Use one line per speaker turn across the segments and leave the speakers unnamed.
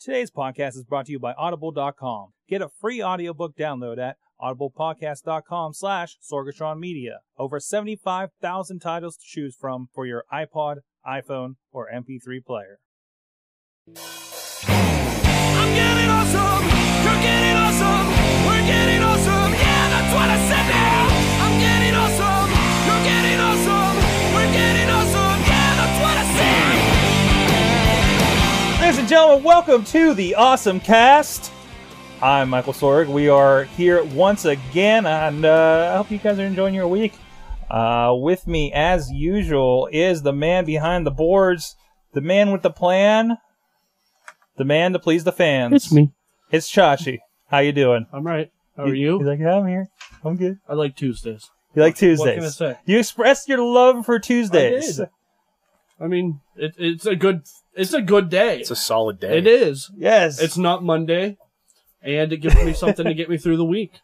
Today's podcast is brought to you by Audible.com. Get a free audiobook download at audiblepodcast.com slash Sorgatron Media. Over 75,000 titles to choose from for your iPod, iPhone, or MP3 player.
I'm getting awesome. You're getting awesome. We're getting awesome. Yeah, that's what I said now. I'm getting awesome. You're getting awesome. We're getting awesome. Yeah, that's what I said.
Ladies and gentlemen, welcome to the Awesome Cast. I'm Michael Sorg. We are here once again, and uh, I hope you guys are enjoying your week. Uh, with me, as usual, is the man behind the boards, the man with the plan, the man to please the fans.
It's me.
It's Chachi. How you doing?
I'm right. How are you?
He's like, yeah, I'm here. I'm good.
I like Tuesdays.
You like Tuesdays?
What can I say?
You expressed your love for Tuesdays.
I did. I mean, it, it's a good it's a good day.
It's a solid day.
It is.
Yes.
It's not Monday, and it gives me something to get me through the week.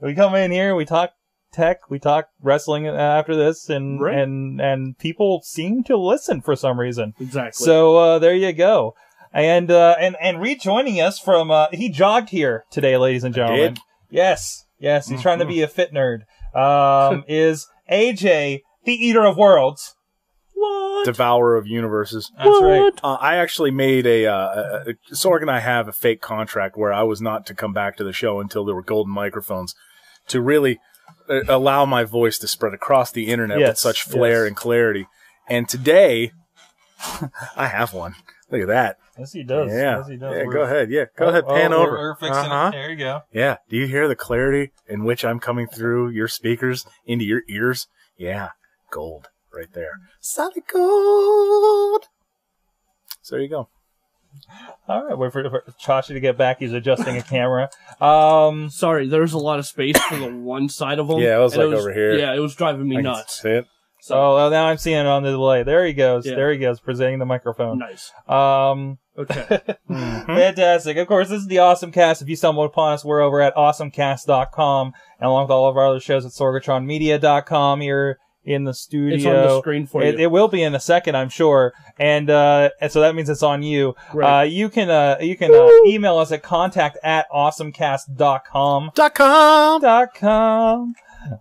we come in here, we talk tech, we talk wrestling uh, after this, and
Right.
and and people seem to listen for some reason.
Exactly.
So uh, there you go. And uh, and and rejoining us from uh, he jogged here today, ladies and gentlemen.
did? Mm-hmm.
Yes, yes, he's trying to be a fit nerd. Um, is AJ the Eater of Worlds?
what?
Devourer of universes.
That's right.
Uh, I actually made a, uh, a, a Sorg and I have a fake contract where I was not to come back to the show until there were golden microphones to really uh, allow my voice to spread across the internet with
Yes,
such flair
yes.
and clarity. And today, I have one. Look at that.
Yes, he does.
yeah.
Yes, he does.
Yeah,
We're-
go ahead. Yeah, go
Oh,
ahead.
oh,
Pan
we're-
over.
We're fixing it.
Uh-huh.
There you go.
Yeah. Do you hear the clarity in which I'm coming through your speakers into your ears? Yeah. Gold right there. Solid gold. So there you go.
All right, wait for, for Chachi to get back. He's adjusting a camera. Um,
Sorry, there's a lot of space for the one side of them.
Yeah, it was, like, over here.
Yeah, it was driving me
I can
nuts.
see it.
so oh, now I'm seeing it on the delay. There he goes.
Yeah.
There he goes, presenting the
Oh.
microphone.
Nice.
Um,
Okay.
Mm-hmm.
Hmm? Mm-hmm.
fantastic. Of course, this is the Awesome Cast. If you stumbled upon us, we're over at awesomecast.com, and along with all of our other shows at sorgatronmedia.com here in the studio.
it's on the screen for
It,
you.
it will be in a second, I'm sure, and uh, and so that means it's on you.
Right.
Uh, you can uh, you can uh, email us at contact at awesomecast.com.
Dot com.
dot com.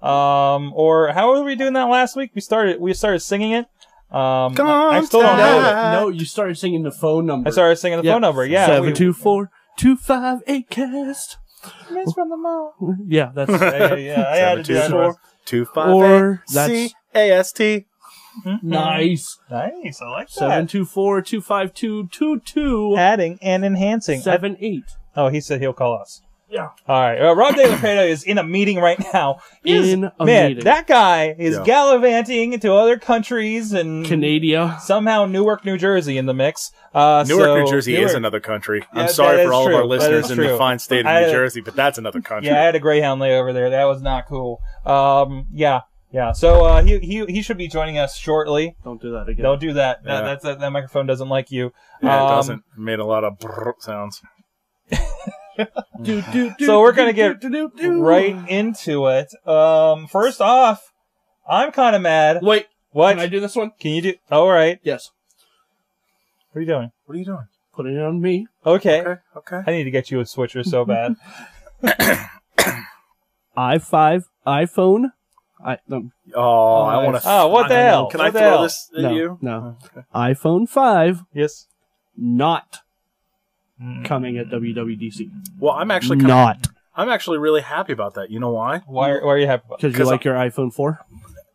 Um, or how were we doing that last week? We started we started singing it. Um,
Come
I, I
on,
still don't know.
Tyler.
it.
uh,
no, you started singing the phone number.
I started singing the
Yeah.
phone number. Yeah,
Seven
we-
two four two five eight cast.
Miss from the mall.
Yeah, that's
Yeah, yeah, yeah. I had to do that.
Seven, Two five
Or
eight,
that's-
C A S T.
Mhm.
nice.
Nice. I like
Seven
that.
two four two five two two two
Adding and enhancing. I-
seven eight.
oh, he said he'll call us.
Yeah.
All right. Uh, Rob De La Prada is in a meeting right now. He is-
In a
man,
meeting.
that guy is
Yeah.
gallivanting into other countries and
Canada.
somehow Newark, New Jersey in the mix. Uh,
Newark,
so-
New Jersey is
Newark-
another country.
Yeah,
I'm sorry
that is
for all of
true.
our
That is
listeners in
true.
the fine state
I
of
had a-
New Jersey, but that's another country.
Yeah, I had a Greyhound lay over there. That was not cool. Um, yeah, yeah. So uh, he he he should be joining us shortly.
Don't do that again.
Don't do that. That
Yeah.
that's, that that microphone doesn't like you.
Yeah, it
Um,
doesn't. It made a lot of brrr sounds.
do, do, do,
So we're gonna
do,
get
do, do, do.
Right into it. Um, first off, I'm kind of mad.
Wait,
What
can I do this one?
Can you do? All right.
Yes.
What are you doing?
What are you doing?
Put it on me.
Okay.
Okay. Okay.
I need to get you a switcher so bad.
i five iPhone. I no,
Oh, I want to.
Oh, what the
I don't
hell?
know.
Can
what
I
the
throw
hell?
this at
no,
you?
no. iPhone five
Yes.
not
Mm.
coming at WWDC.
Well, I'm actually kind of
not
I'm actually really happy about that. You know why?
Why are, why are you happy? About
because you
'Cause
like your iPhone four.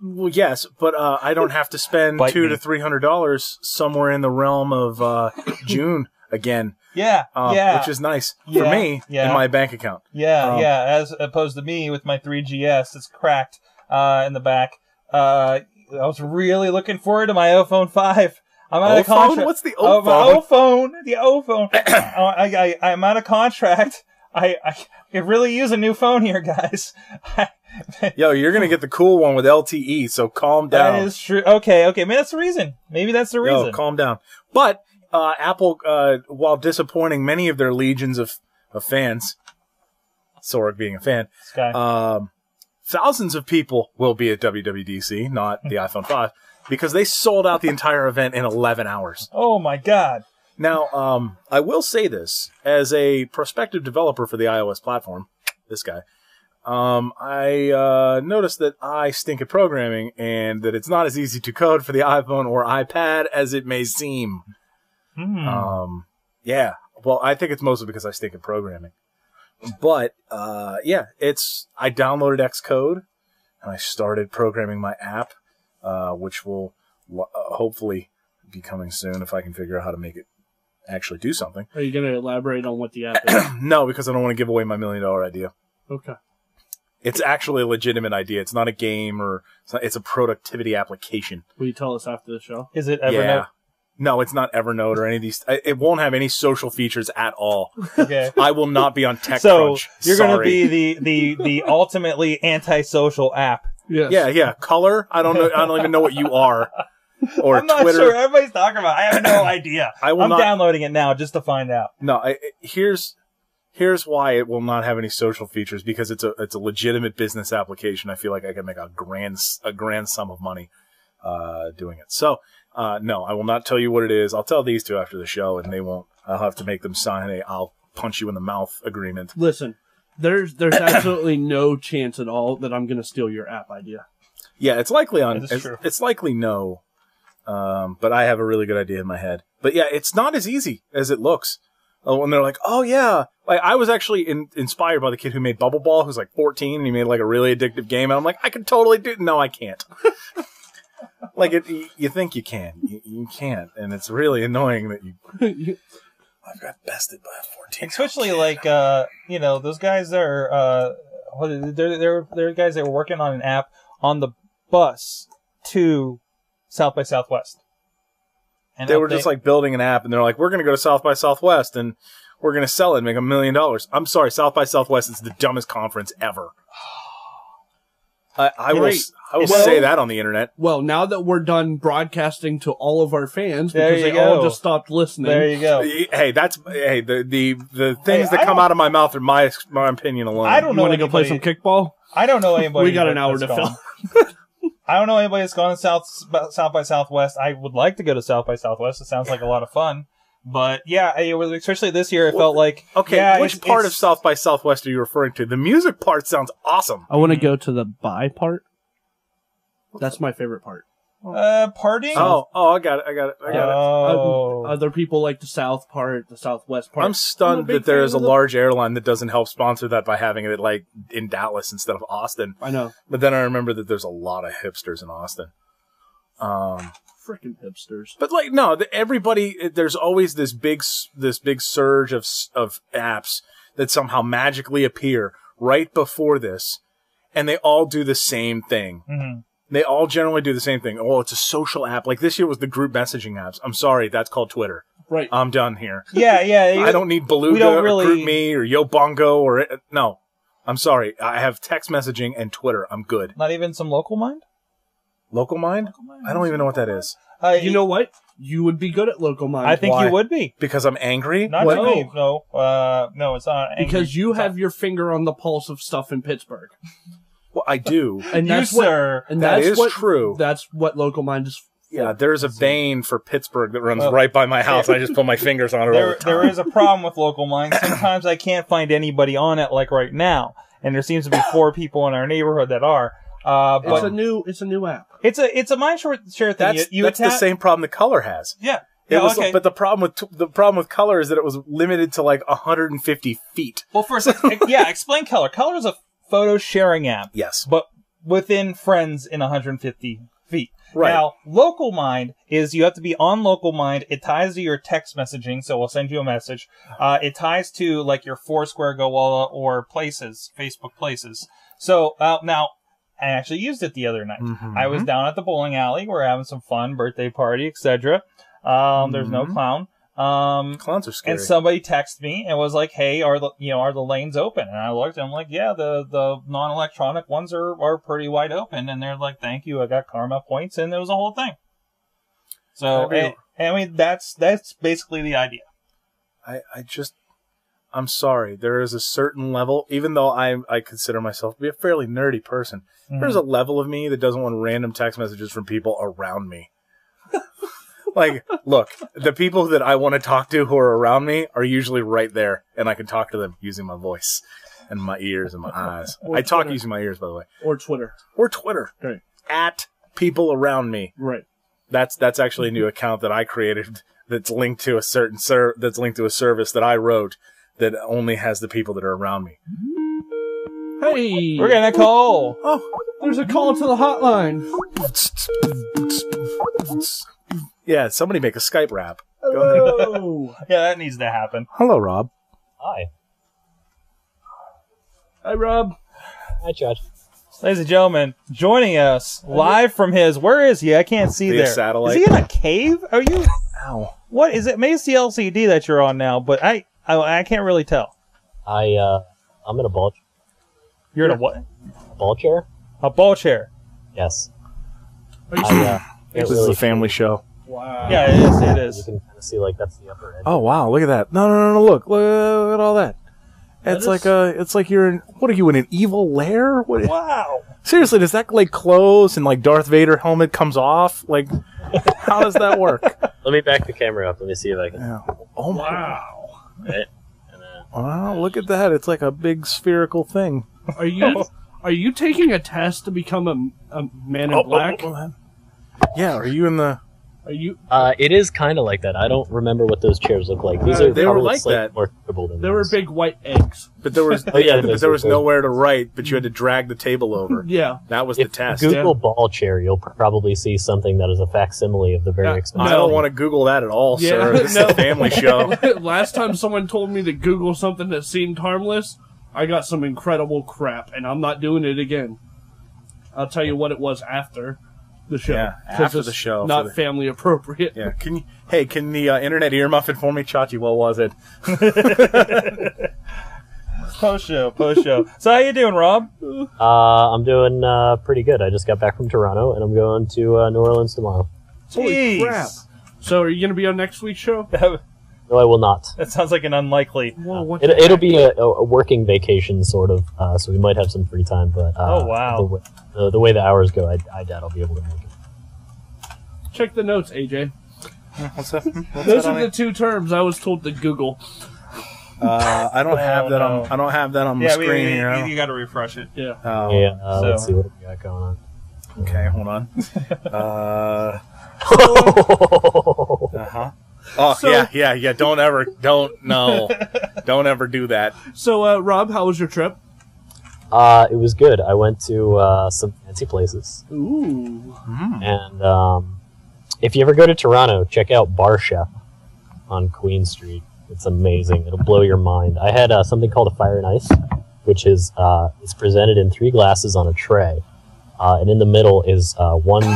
Well, yes, but uh, I don't have to spend
Bite
two
me.
to three hundred dollars somewhere in the realm of uh, June again,
yeah.
uh,
yeah.
which is nice
Yeah,
for me
yeah.
in my bank account.
Yeah,
Um,
yeah. As opposed to me with my 3GS, it's cracked uh, in the back. Uh, I was really looking forward to my iPhone 5. I'm out
Oh,
of contract.
phone? What's the
oh,
old
my
phone?
O phone, the O phone. I, I, I'm out of contract. I, I could really use a new phone here, guys.
Yo, you're gonna get the cool one with LTE, so calm down.
That is true. Okay, okay. Maybe that's the reason. Maybe that's the
Yo,
reason.
calm down. But uh, Apple, uh, while disappointing many of their legions of, of fans, Sorg being a fan,
This guy.
um, thousands of people will be at WWDC, not the iPhone 5, because they sold out the entire event in 11 hours.
oh my God.
Now, um, I will say this as a prospective developer for the iOS platform, this guy. Um, I uh, noticed that I stink at programming and that it's not as easy to code for the iPhone or iPad as it may seem.
Hmm.
Um, yeah. Well, I think it's mostly because I stink at programming. But uh, yeah, it's I downloaded Xcode and I started programming my app, uh, which will lo- uh, hopefully be coming soon if I can figure out how to make it actually do something.
Are you going to elaborate on what the app is?
Hmm.
No, because I don't want to give away my million dollar idea.
okay.
It's actually a legitimate idea. It's not a game or it's, not, it's a productivity application.
Will you tell us after the show?
Is it Evernote?
No, it's not Evernote or any of these. I- It won't have any social features at all.
Okay.
I will not be on TechCrunch.
So you're going to
Sorry.
be the the the ultimately antisocial app.
Yes.
Yeah, yeah. Color. I don't know. I don't even know what you are. Or
I'm not
Twitter.
sure everybody's talking about. it. I have no idea.
I will
I'm
not.
downloading it now just to find out.
No. I, I- here's here's why it will not have any social features because it's a it's a legitimate business application. I feel like I can make a grand s- a grand sum of money uh, doing it. So uh, no, I will not tell you what it is. I'll tell these two after the show, and they won't. I'll have to make them sign a I'll punch you in the mouth agreement.
Listen, there's there's absolutely no chance at all that I'm going to steal your app idea.
Yeah, it's likely on.
That is
It's,
true.
it's likely no. Um, but I have a really good idea in my head. But yeah, it's not as easy as it looks. Oh, and they're like, oh yeah. Like I was actually in, inspired by the kid who made Bubble Ball, who's like 14, and he made like a really addictive game. And I'm like, I can totally do. No, I can't. like it, you, you think you can, you, you can't, and it's really annoying that you.
You-
I've got bested by a 14.
especially like uh you know those guys that are uh what is it? they're they're they're guys that were working on an app on the bus to South by Southwest. And
they were just like building an app and they're like, we're going to go to South by Southwest and we're going to sell it and make a million dollars. I'm sorry, South by Southwest is the dumbest conference ever. I, I will, s- I will
Well-
say that on the internet.
Well, now that we're done broadcasting to all of our fans
There
because
you
they all
go.
just stopped listening,
there you go.
Oh. Hey, that's hey the the, the things
Hey,
that
I
come
don't-
out of my mouth are my my opinion alone.
I don't
you
know
want to go play
anybody.
some kickball?
I don't know anybody.
We got an
that-
hour
that's
to
gone.
fill.
I don't know anybody that's gone to South South by Southwest. I would like to go to South by Southwest. It sounds like a lot of fun. But yeah, I- it was, especially this year, it felt like
Okay,
yeah,
which
it's-
part
it's-
of South by Southwest are you referring to? The music part sounds awesome.
I want
Mm-hmm.
to go to the buy part. That's my favorite part.
uh, partying?
Oh, oh, I got it, I got it, I got it.
Oh.
Other people like the south part, the southwest part.
I'm
I'm a
stunned
big
that there
fan
is a
of the-
large airline that doesn't help sponsor that by having it like in Dallas instead of Austin.
I know,
But then I remember that there's a lot of hipsters in Austin. Um,
freaking hipsters.
but like, no, the, everybody. There's always this big, s- this big surge of s- of apps that somehow magically appear right before this, and they all do the same thing.
Mhm.
They all generally do the same thing. Oh, it's a social app. Like this year was the group messaging apps. I'm sorry, that's called Twitter.
Right.
Uh,
I'm done here.
Yeah, yeah.
I don't need Beluga
don't
or
really-
Group Me or Yo Bongo or it- no. I'm sorry. I have text messaging and Twitter. I'm good.
Not even some local mind?
Local Mind? I don't even know what that is.
Uh,
you know what? You would be good at local mind.
I think
why?
you would be.
Because I'm angry?
Not
What?
to me, no. Uh, no, it's not. Angry.
because you have your finger on the pulse of stuff in Pittsburgh,
Well, I do.
and
You,
that's what.
sir.
and
That
that's
is
what,
true.
That's what local mind is.
yeah, there's a vein for Pittsburgh that runs
Well,
right by my house. I just put my fingers on it all the
Oh. There,
time.
there is a problem with local mines. Sometimes I can't find anybody on it, like right now. And there seems to be four people in our neighborhood that are. Uh,
It's
but
a new. It's a new app.
it's a it's a mine short share thing.
That's,
you you
that's the
attack-
same problem the color has.
Yeah.
It
Yeah,
was,
okay.
But the problem with t- the problem with color is that it was limited to like 150 feet.
well, first, ex- yeah. Explain color. Color is a photo sharing app.
Yes.
but within friends in 150 feet.
Right.
Now, local mind is you have to be on local mind. It ties to your text messaging, so we'll send you a message. Uh, it ties to like your Foursquare, GoWalla, or Places, Facebook Places. So uh, now, I actually used it the other night.
Mm-hmm.
I was down at the bowling alley. We're having some fun, birthday party, etc. Um, There's no clown. Um,
Mm-hmm. Clowns are scary.
and somebody texted me and was like, "Hey, are the you know are the lanes open?" And I looked and I'm like, "Yeah, the the non-electronic ones are are pretty wide open." And they're like, "Thank you, I got karma points," and it was a whole thing. So
I mean-
I, I mean, that's that's basically the idea.
I, I just I'm sorry. There is a certain level, even though I I consider myself to be a fairly nerdy person.
Mm-hmm.
Mm.
There's a level of me that doesn't want random text messages from people around me. like, look, the people that I want to talk to who are around me are usually right there, and I can talk to them using my voice and my ears and my eyes.
Or
I talk
Twitter.
using my ears, by the way,
or Twitter.
or Twitter
Right.
at people around me.
Right.
That's that's actually a new account that I created that's linked to a certain ser- that's linked to a service that I wrote that only has the people that are around me.
Hey,
We're gonna call.
Oh,
there's a call to the hotline.
yeah, somebody make a Skype rap.
Hello.
Yeah, that needs to happen.
Hello, Rob.
Hi.
Hi, Rob.
Hi, Chad.
Ladies and gentlemen, joining us live from his. Where is he? I can't see
Via
there.
satellite.
Is he in a cave? Are you?
Ow.
What is it? Maybe it's the LCD that you're on now, but I I, I can't really tell.
I, uh, I'm in a ball,
You're in a what?
ball chair?
A ball chair.
Yes.
Are you
I, uh,
This
can't
is
really-
a family show.
Wow.
Yeah, it is. It
You
is.
can kind of see, like, that's the upper edge.
Oh wow, look at that! No, no, no, no! Look, look at all that.
That
It's
is-
like uh it's like you're in. What are you in an evil lair? What,
Wow.
seriously, does that like close and like Darth Vader helmet comes off? Like, how does that work?
Let me back the camera up. Let me see if I can.
Yeah. Oh my! Wow.
Wow.
And then,
Look at that! It's like a big spherical thing.
Are you are you taking a test to become a, a man in black?
Yeah. Are you in the?
Are you?
uh, it is kind of like that. I don't remember what those chairs look like. These
Uh,
are
they were
probably
like
slightly
that.
More comfortable than
There were
these.
big white eggs.
But there was.
Oh, yeah,
but there was
basically.
nowhere to write. But you had to drag the table over.
Yeah.
That was the
If
test.
you Google
Yeah.
ball chair, you'll probably see something that is a facsimile of the very
Yeah.
expensive.
I don't want to Google that at all,
Yeah,
sir. This is
no.
a family show.
Last time someone told me to Google something that seemed harmless, I got some incredible crap, and I'm not doing it again. I'll tell you what it was after the show.
Yeah,
'cause
after
it's
the show,
Not
for the-
family appropriate.
Yeah. Can you? Hey, can the uh, internet earmuff it for me, Chachi? What was it?
Post show. Post show. so how you doing, Rob?
Uh, I'm doing uh, pretty good. I just got back from Toronto, and I'm going to uh, New Orleans tomorrow.
Holy crap. So are you going to be on next week's show?
That,
No, I will not.
that sounds like an unlikely.
Whoa, what
It,
the
it'll
heck?
be a, a a working vacation, sort of. Uh, so we might have some free time, but uh,
Oh, wow.
the, wa- the, the way the hours go, I, I doubt I'll be able to make it.
Check the notes, AJ.
What's that? What's
Those
that on
are the
it?
two terms I was told to Google.
Uh, I
Oh,
don't have that
no.
on. I don't have that on my
Yeah, we,
screen
we,
here. I
you,
don't-
got to refresh it.
Yeah.
Oh,
yeah, uh,
so-
let's see what we got going on.
Okay, hold on. uh huh. Oh
So-
yeah, yeah, yeah. Don't ever, don't no, don't ever do that.
So, uh, Rob, how was your trip?
uh, it was good. I went to uh, some fancy places,
Ooh.
and um, if you ever go to Toronto, check out Bar Chef on Queen Street. It's amazing. It'll blow your mind. I had uh, something called a fire and ice, which is uh, it's presented in three glasses on a tray, uh, and in the middle is uh, one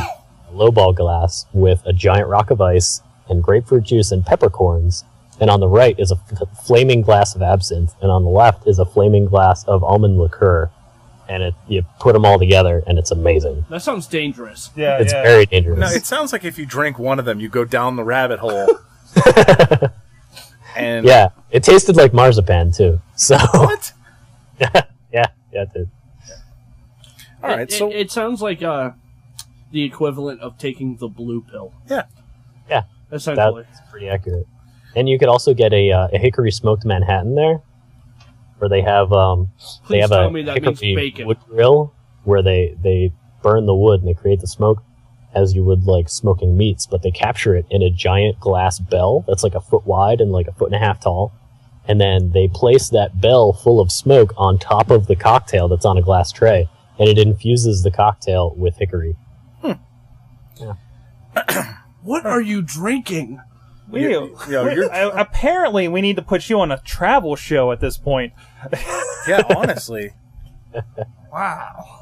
lowball glass with a giant rock of ice and grapefruit juice and peppercorns. And on the right is a f- flaming glass of absinthe, and on the left is a flaming glass of almond liqueur. And it, you put them all together, and it's amazing.
That sounds dangerous.
Yeah,
It's
yeah.
very dangerous.
No, it sounds like if you drink one of them, you go down the rabbit hole. and
yeah, it tasted like marzipan too. So
what?
yeah, yeah, it did.
All right,
It-
so
it, it sounds like uh, the equivalent of taking the blue pill.
Yeah.
Yeah.
Essentially.
That's pretty accurate. And you could also get a, uh, a hickory smoked Manhattan there, where they have um, they
Please
have
tell
a
me that means
hickory
bacon.
wood grill where they they burn the wood and they create the smoke as you would like smoking meats, but they capture it in a giant glass bell that's like a foot wide and like a foot and a half tall. And then they place that bell full of smoke on top of the cocktail that's on a glass tray, and it infuses the cocktail with hickory.
What are you drinking?
We,
You- yo,
we-
you're-
a- apparently, we need to put you on a travel show at this point.
yeah, honestly,
Wow.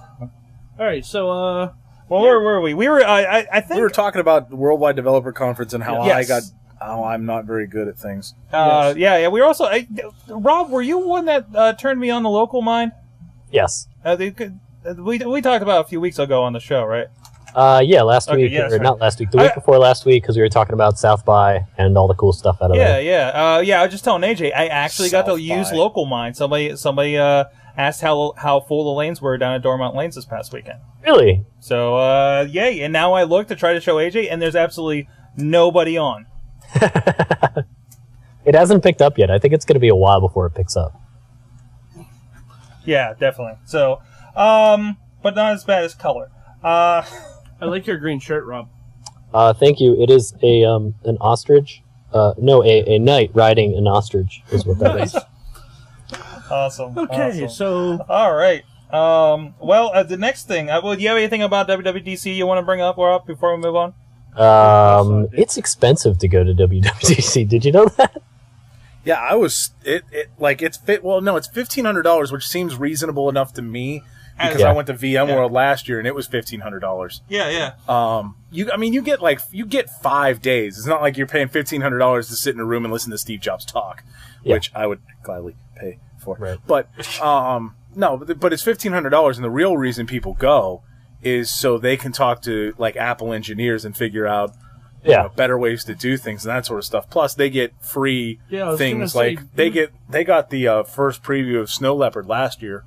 All right, so uh,
Well, where were we? We were. I. I, I think.
we were talking about the Worldwide Developer Conference and how I
Yes.
got, how I'm not very good at things.
uh, Yeah, yeah. We were also. I, Rob, were you one that uh, turned me on the local mine?
Yes.
Uh, they could- uh, we we talked about it a few weeks ago on the show, right?
Uh, yeah, last
Okay,
week
yeah, that's
or
right.
not last week, the
I-
week before last week, because we were talking about South by and all the cool stuff out of
Yeah,
there.
yeah, uh, yeah. I was just telling AJ, I actually got
South
to use
by.
local mine. Somebody somebody uh, asked how how full the lanes were down at Dormont Lanes this past weekend.
Really?
So uh, yay! And now I look to try to show AJ, and there's absolutely nobody on.
It hasn't picked up yet. I think it's going to be a while before it picks up.
Yeah, definitely. So, um, but not as bad as color. Uh,
I like your green shirt, Rob.
Uh, thank you. It is a um, an ostrich. Uh, no, a, a knight riding an ostrich is what that is. Um,
awesome.
Okay,
awesome.
so
All right. Um, well, uh, the next thing. Uh, well, do you have anything about WWDC you want to bring up or up before we move on?
Um, it's expensive to go to WWDC. Did you know that?
Yeah, I was it, it like it's fit. Well, no, it's fifteen hundred dollars, which seems reasonable enough to me because
Yeah.
I went to VMworld last year and it was fifteen hundred dollars.
Yeah, yeah.
Um, you, I mean, you get like you get five days. It's not like you're paying fifteen hundred dollars to sit in a room and listen to Steve Jobs talk,
Yeah.
which I would gladly pay for.
Right.
But um, no, but, but it's fifteen hundred dollars, and the real reason people go is so they can talk to like Apple engineers and figure out you know, better ways to do things and that sort of stuff. Plus, they get free
Yeah, I was gonna
things
say,
like they
mm.
get they got the uh, first preview of Snow Leopard last year.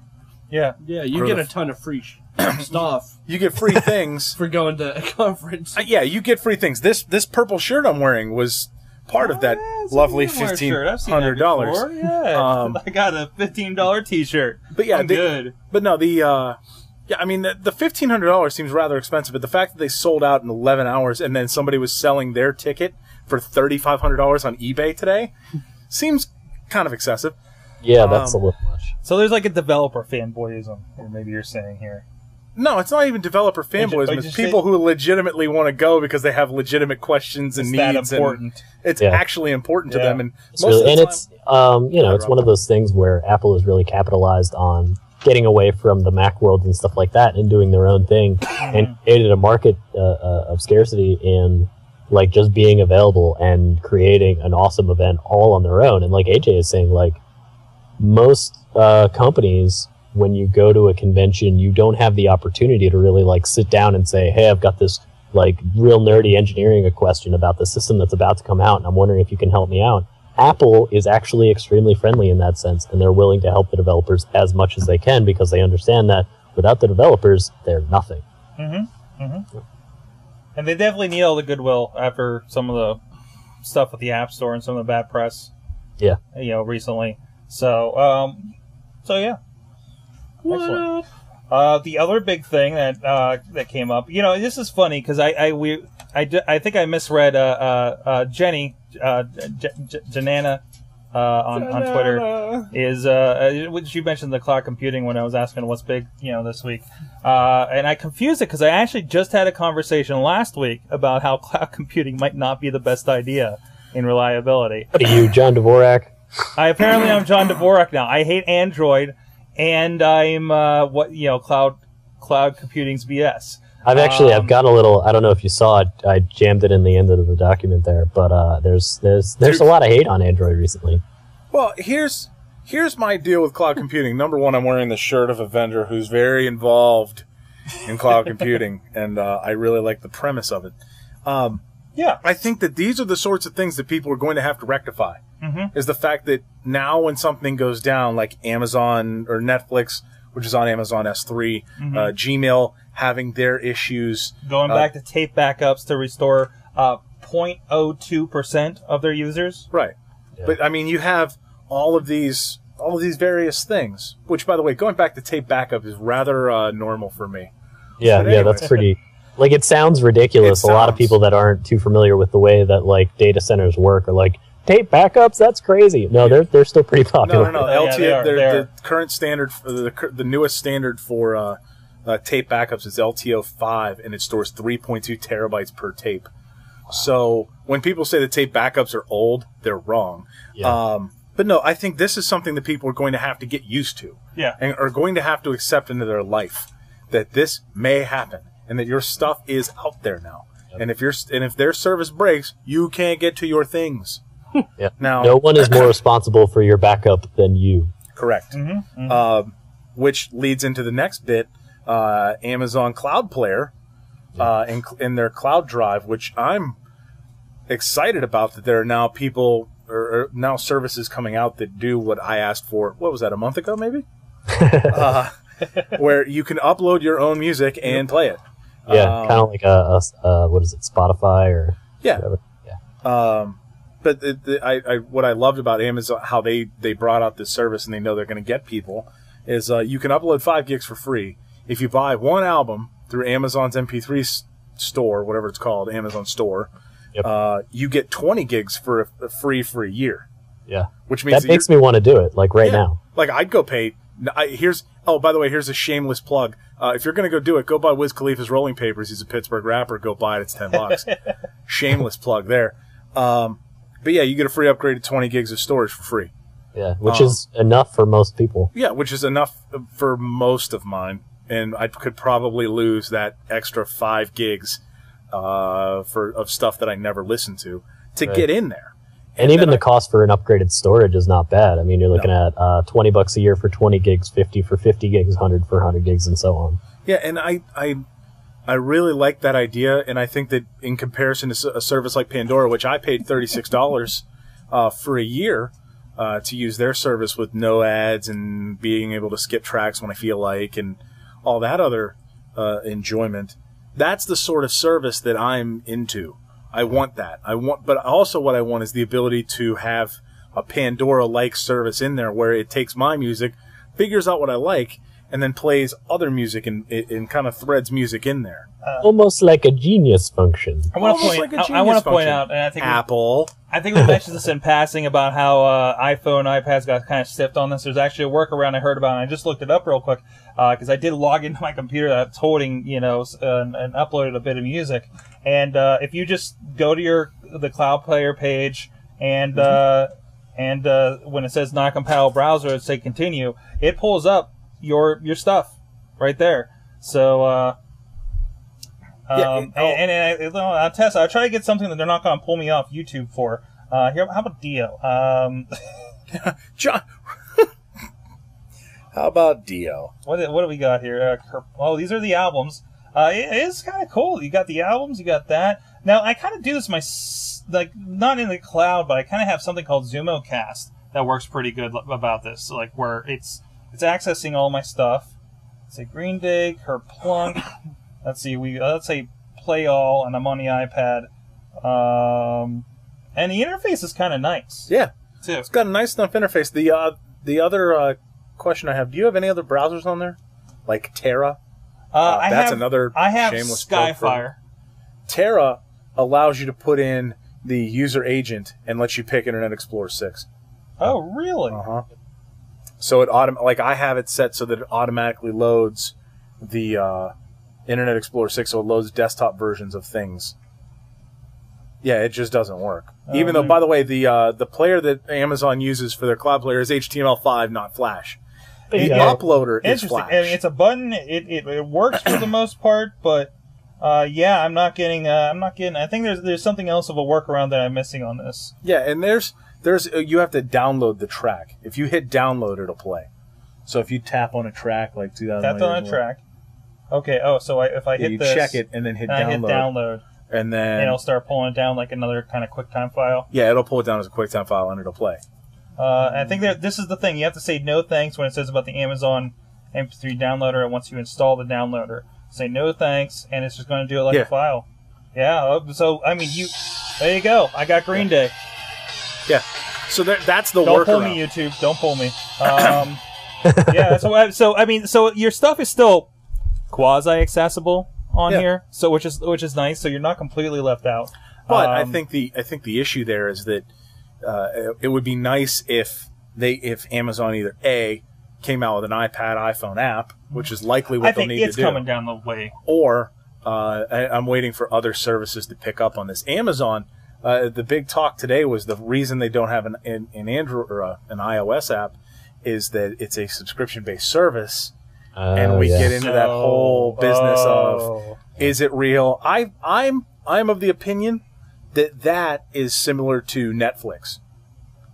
Yeah.
yeah, you
Or
get
the-
a ton of free sh- stuff
You get free things.
for going to a conference.
Uh, yeah, you get free things. This this purple shirt I'm wearing was part of that
Oh, Yeah, it's a
lovely
VMware
fifteen
shirt. I've seen that
hundred dollars.
before, Yeah.
Um,
I got a fifteen dollar t shirt.
But yeah,
I'm
they-
good.
but no, the uh, yeah, I mean the, the fifteen hundred dollars seems rather expensive. But the fact that they sold out in eleven hours and then somebody was selling their ticket for thirty five hundred dollars on eBay today seems kind of excessive.
Yeah, that's
Um,
a little much.
So there's like a developer fanboyism, or maybe you're saying here.
No, it's not even developer
I
fanboyism.
just
It's people
say-
who legitimately want to go because they have legitimate questions and
It's that
needs. and
important.
it's
Yeah.
actually important to
Yeah.
them. And
It's
most
really-
of the
and
time,
it's um, you know it's one of those things where Apple has really capitalized on getting away from the Mac world and stuff like that and doing their own thing
Mm-hmm.
and created a market uh, uh, of scarcity in like just being available and creating an awesome event all on their own and like AJ is saying like most uh, companies when you go to a convention you don't have the opportunity to really like sit down and say hey I've got this like real nerdy engineering a question about the system that's about to come out and I'm wondering if you can help me out Apple is actually extremely friendly in that sense, and they're willing to help the developers as much as they can because they understand that without the developers, they're nothing.
Mm-hmm. And they definitely need all the goodwill after some of the stuff with the App Store and some of the bad press,
Yeah.
you know, recently. So, um, so yeah. Excellent. Uh, the other big thing that uh, that came up, you know, this is funny because I I we I, d- I think I misread uh, uh, uh, Jenny uh, J- J- Janana uh, on on Twitter is uh, uh, she mentioned the cloud computing when I was asking what's big, you know, this week, uh, and I confused it because I actually just had a conversation last week about how cloud computing might not be the best idea in reliability.
What are you, John Dvorak?
I apparently I'm John Dvorak now. I hate Android, and I'm uh, what you know, cloud cloud computing's BS.
I've actually
Um,
I've got a little. I don't know if you saw it. I jammed it in the end of the document there, but uh, there's there's there's a lot of hate on Android recently.
well, here's here's my deal with cloud computing. Number one, I'm wearing the shirt of a vendor who's very involved in cloud computing, and uh, I really like the premise of it. Um,
Yeah.
I think that these are the sorts of things that people are going to have to rectify.
Mhm.
Is the fact that now when something goes down, like Amazon or Netflix, which is on Amazon S3, uh, Gmail having their issues,
Going
Uh,
back to tape backups to restore uh, 0.02 percent of their users.
Right.
Yeah.
But I mean, you have all of these, all of these various things. Which, by the way, going back to tape backup is rather uh, normal for me.
Yeah,
But
yeah, that's
anyways.
pretty. Like it sounds ridiculous.
It
a lot of
sounds-
people that aren't too familiar with the way that like data centers work are like tape backups. That's crazy. No, they're they're still pretty
No,
popular.
no, no.
Yeah,
LTF,
they are,
they're-
they are.
the current standard, for the cur- the newest standard for uh, uh, tape backups is LTO five, and it stores 3.2 terabytes per tape. So when people say that tape backups are old, they're wrong.
Yeah.
Um, but no, I think this is something that people are going to have to get used to.
Yeah.
and are going to have to accept into their life that this may happen and that your stuff is out there now. And if your and if their service breaks, you can't get to your things.
Yeah.
Now,
No one is more responsible for your backup than you.
correct. Um, which leads into the next bit: uh, Amazon Cloud Player uh, in, in their cloud drive, which I'm excited about. That there are now people or, or now services coming out that do what I asked for. What was that? A month ago, maybe. uh, where you can upload your own music and play it.
Yeah,
Um,
kind of like a, a s- uh, what is it, Spotify or
Yeah.
whatever. Yeah.
Um, but the, the, I, I, what I loved about Amazon, how they, they brought out this service and they know they're going to get people, is uh, you can upload five gigs for free. If you buy one album through Amazon's MP3 s- store, whatever it's called, Amazon Store,
Yep.
uh, you get 20 gigs for a, a free for a year,
Yeah.
which means
That makes me want to do it, like right
Yeah.
now.
Like I'd go pay. I, here's oh by the way here's a shameless plug. Uh, if you're gonna go do it, go buy Wiz Khalifa's Rolling Papers. He's a Pittsburgh rapper. Go buy it. It's ten bucks. shameless plug there. Um, but yeah, you get a free upgrade to 20 gigs of storage for free.
Yeah, which
Um,
is enough for most people.
Yeah, which is enough for most of mine, and I could probably lose that extra five gigs uh, for of stuff that I never listened to to
Right.
get in there.
And
then
even the
I-
cost for an upgraded storage is not bad. I mean, you're looking at uh, 20 bucks a year for 20 gigs, 50 for 50 gigs, 100 for 100 gigs, and so on.
Yeah, and I, I, I really like that idea, and I think that in comparison to s- a service like Pandora, which I paid thirty six dollars uh, for a year uh, to use their service with no ads and being able to skip tracks when I feel like, and all that other uh, enjoyment. That's the sort of service that I'm into. I want that. I want, but also what I want is the ability to have a Pandora like service in there where it takes my music, figures out what I like, and then plays other music and, and kind of threads music in there.
Almost like a genius function.
I want to
Almost
point.
like a
I, I want
genius
to point
function.
out, and I think we-
Apple.
I think we mentioned this in passing about how uh, iPhone, iPads got kind of stiffed on this. There's actually a workaround I heard about, and I just looked it up real quick because I did log into my computer that's holding, you know, s- uh, and, and uploaded a bit of music. And uh, if you just go to your the cloud player page and uh, and uh, when it says not compatible browser, it say continue. It pulls up your your stuff right there. So. Uh,
Yeah,
um,
it- oh.
and, and, and I, I'll test. I try to get something that they're not going to pull me off YouTube for. Uh, here, how about Dio? Um,
John. How about Dio?
what do- what do we got here? Uh, Kerp- oh, these are the albums. Uh, it is kind of cool. You got the albums. You got that. Now I kind of do this my s- like not in the cloud, but I kind of have something called ZumoCast that works pretty good li- about this. Like where it's it's accessing all my stuff. Let's say Green Day, her plunk. let's see, we uh, let's say play all, and I'm on the iPad. Um, and the interface is kind of nice
Yeah,
too.
it's got a nice enough interface. The uh, the other uh, question I have: Do you have any other browsers on there, like Terra?
Uh, I
that's
have,
another
I have
shameless plug for-
Skyfire.
Terra allows you to put in the user agent and lets you pick Internet Explorer six.
Oh, really?
Uh huh. So it autom- like I have it set so that it automatically loads the uh, Internet Explorer six, so it loads desktop versions of things. Yeah, it just doesn't work. Even though,
no.
by the way, the uh, the player that Amazon uses for their cloud player is HTML5, not Flash. The
Yeah.
uploader is
Interesting.
Flash.
I mean, it's a button. It, it, it works for the most part, but uh, yeah, I'm not getting. Uh, I'm not getting. I think there's there's something else of a workaround that I'm missing on this.
Yeah, and there's there's uh, you have to download the track. If you hit download, it'll play. So if you tap on a track like 2000,
That's on
layers
a
away,
track. Okay. Oh, so I, if I
yeah,
hit
you
this,
check it and then hit
and I
download,
hit download,
and
and
then
it'll start pulling it down like another kind of QuickTime file.
yeah, it'll pull it down as a QuickTime file and it'll play.
Uh, and I think that this is the thing. You have to say no thanks when it says about the Amazon MP3 downloader. And once you install the downloader, say no thanks, and it's just going to do it like
Yeah.
a file. Yeah. oh, So I mean, you. There you go. I got Green Day.
Yeah, so there, that's the
Don't
workaround.
pull me, YouTube. Don't pull me. Um, yeah. So I, so I mean, so your stuff is still quasi accessible on
Yeah.
here, so which is which is nice. So you're not completely left out.
But I
Um,
think the I think the issue there is that uh, it- it would be nice if they if Amazon either a came out with an iPad iPhone app, which is likely what
I
they'll
think
need
it's
to do.
coming down the way.
or uh, I, I'm waiting for other services to pick up on this. Amazon, uh, the big talk today was the reason they don't have an an, an Android or a, an iOS app is that it's a subscription based service, and
Oh,
we
yeah.
get into that whole business of
of
is it real? I I'm I'm of the opinion that that is similar to Netflix,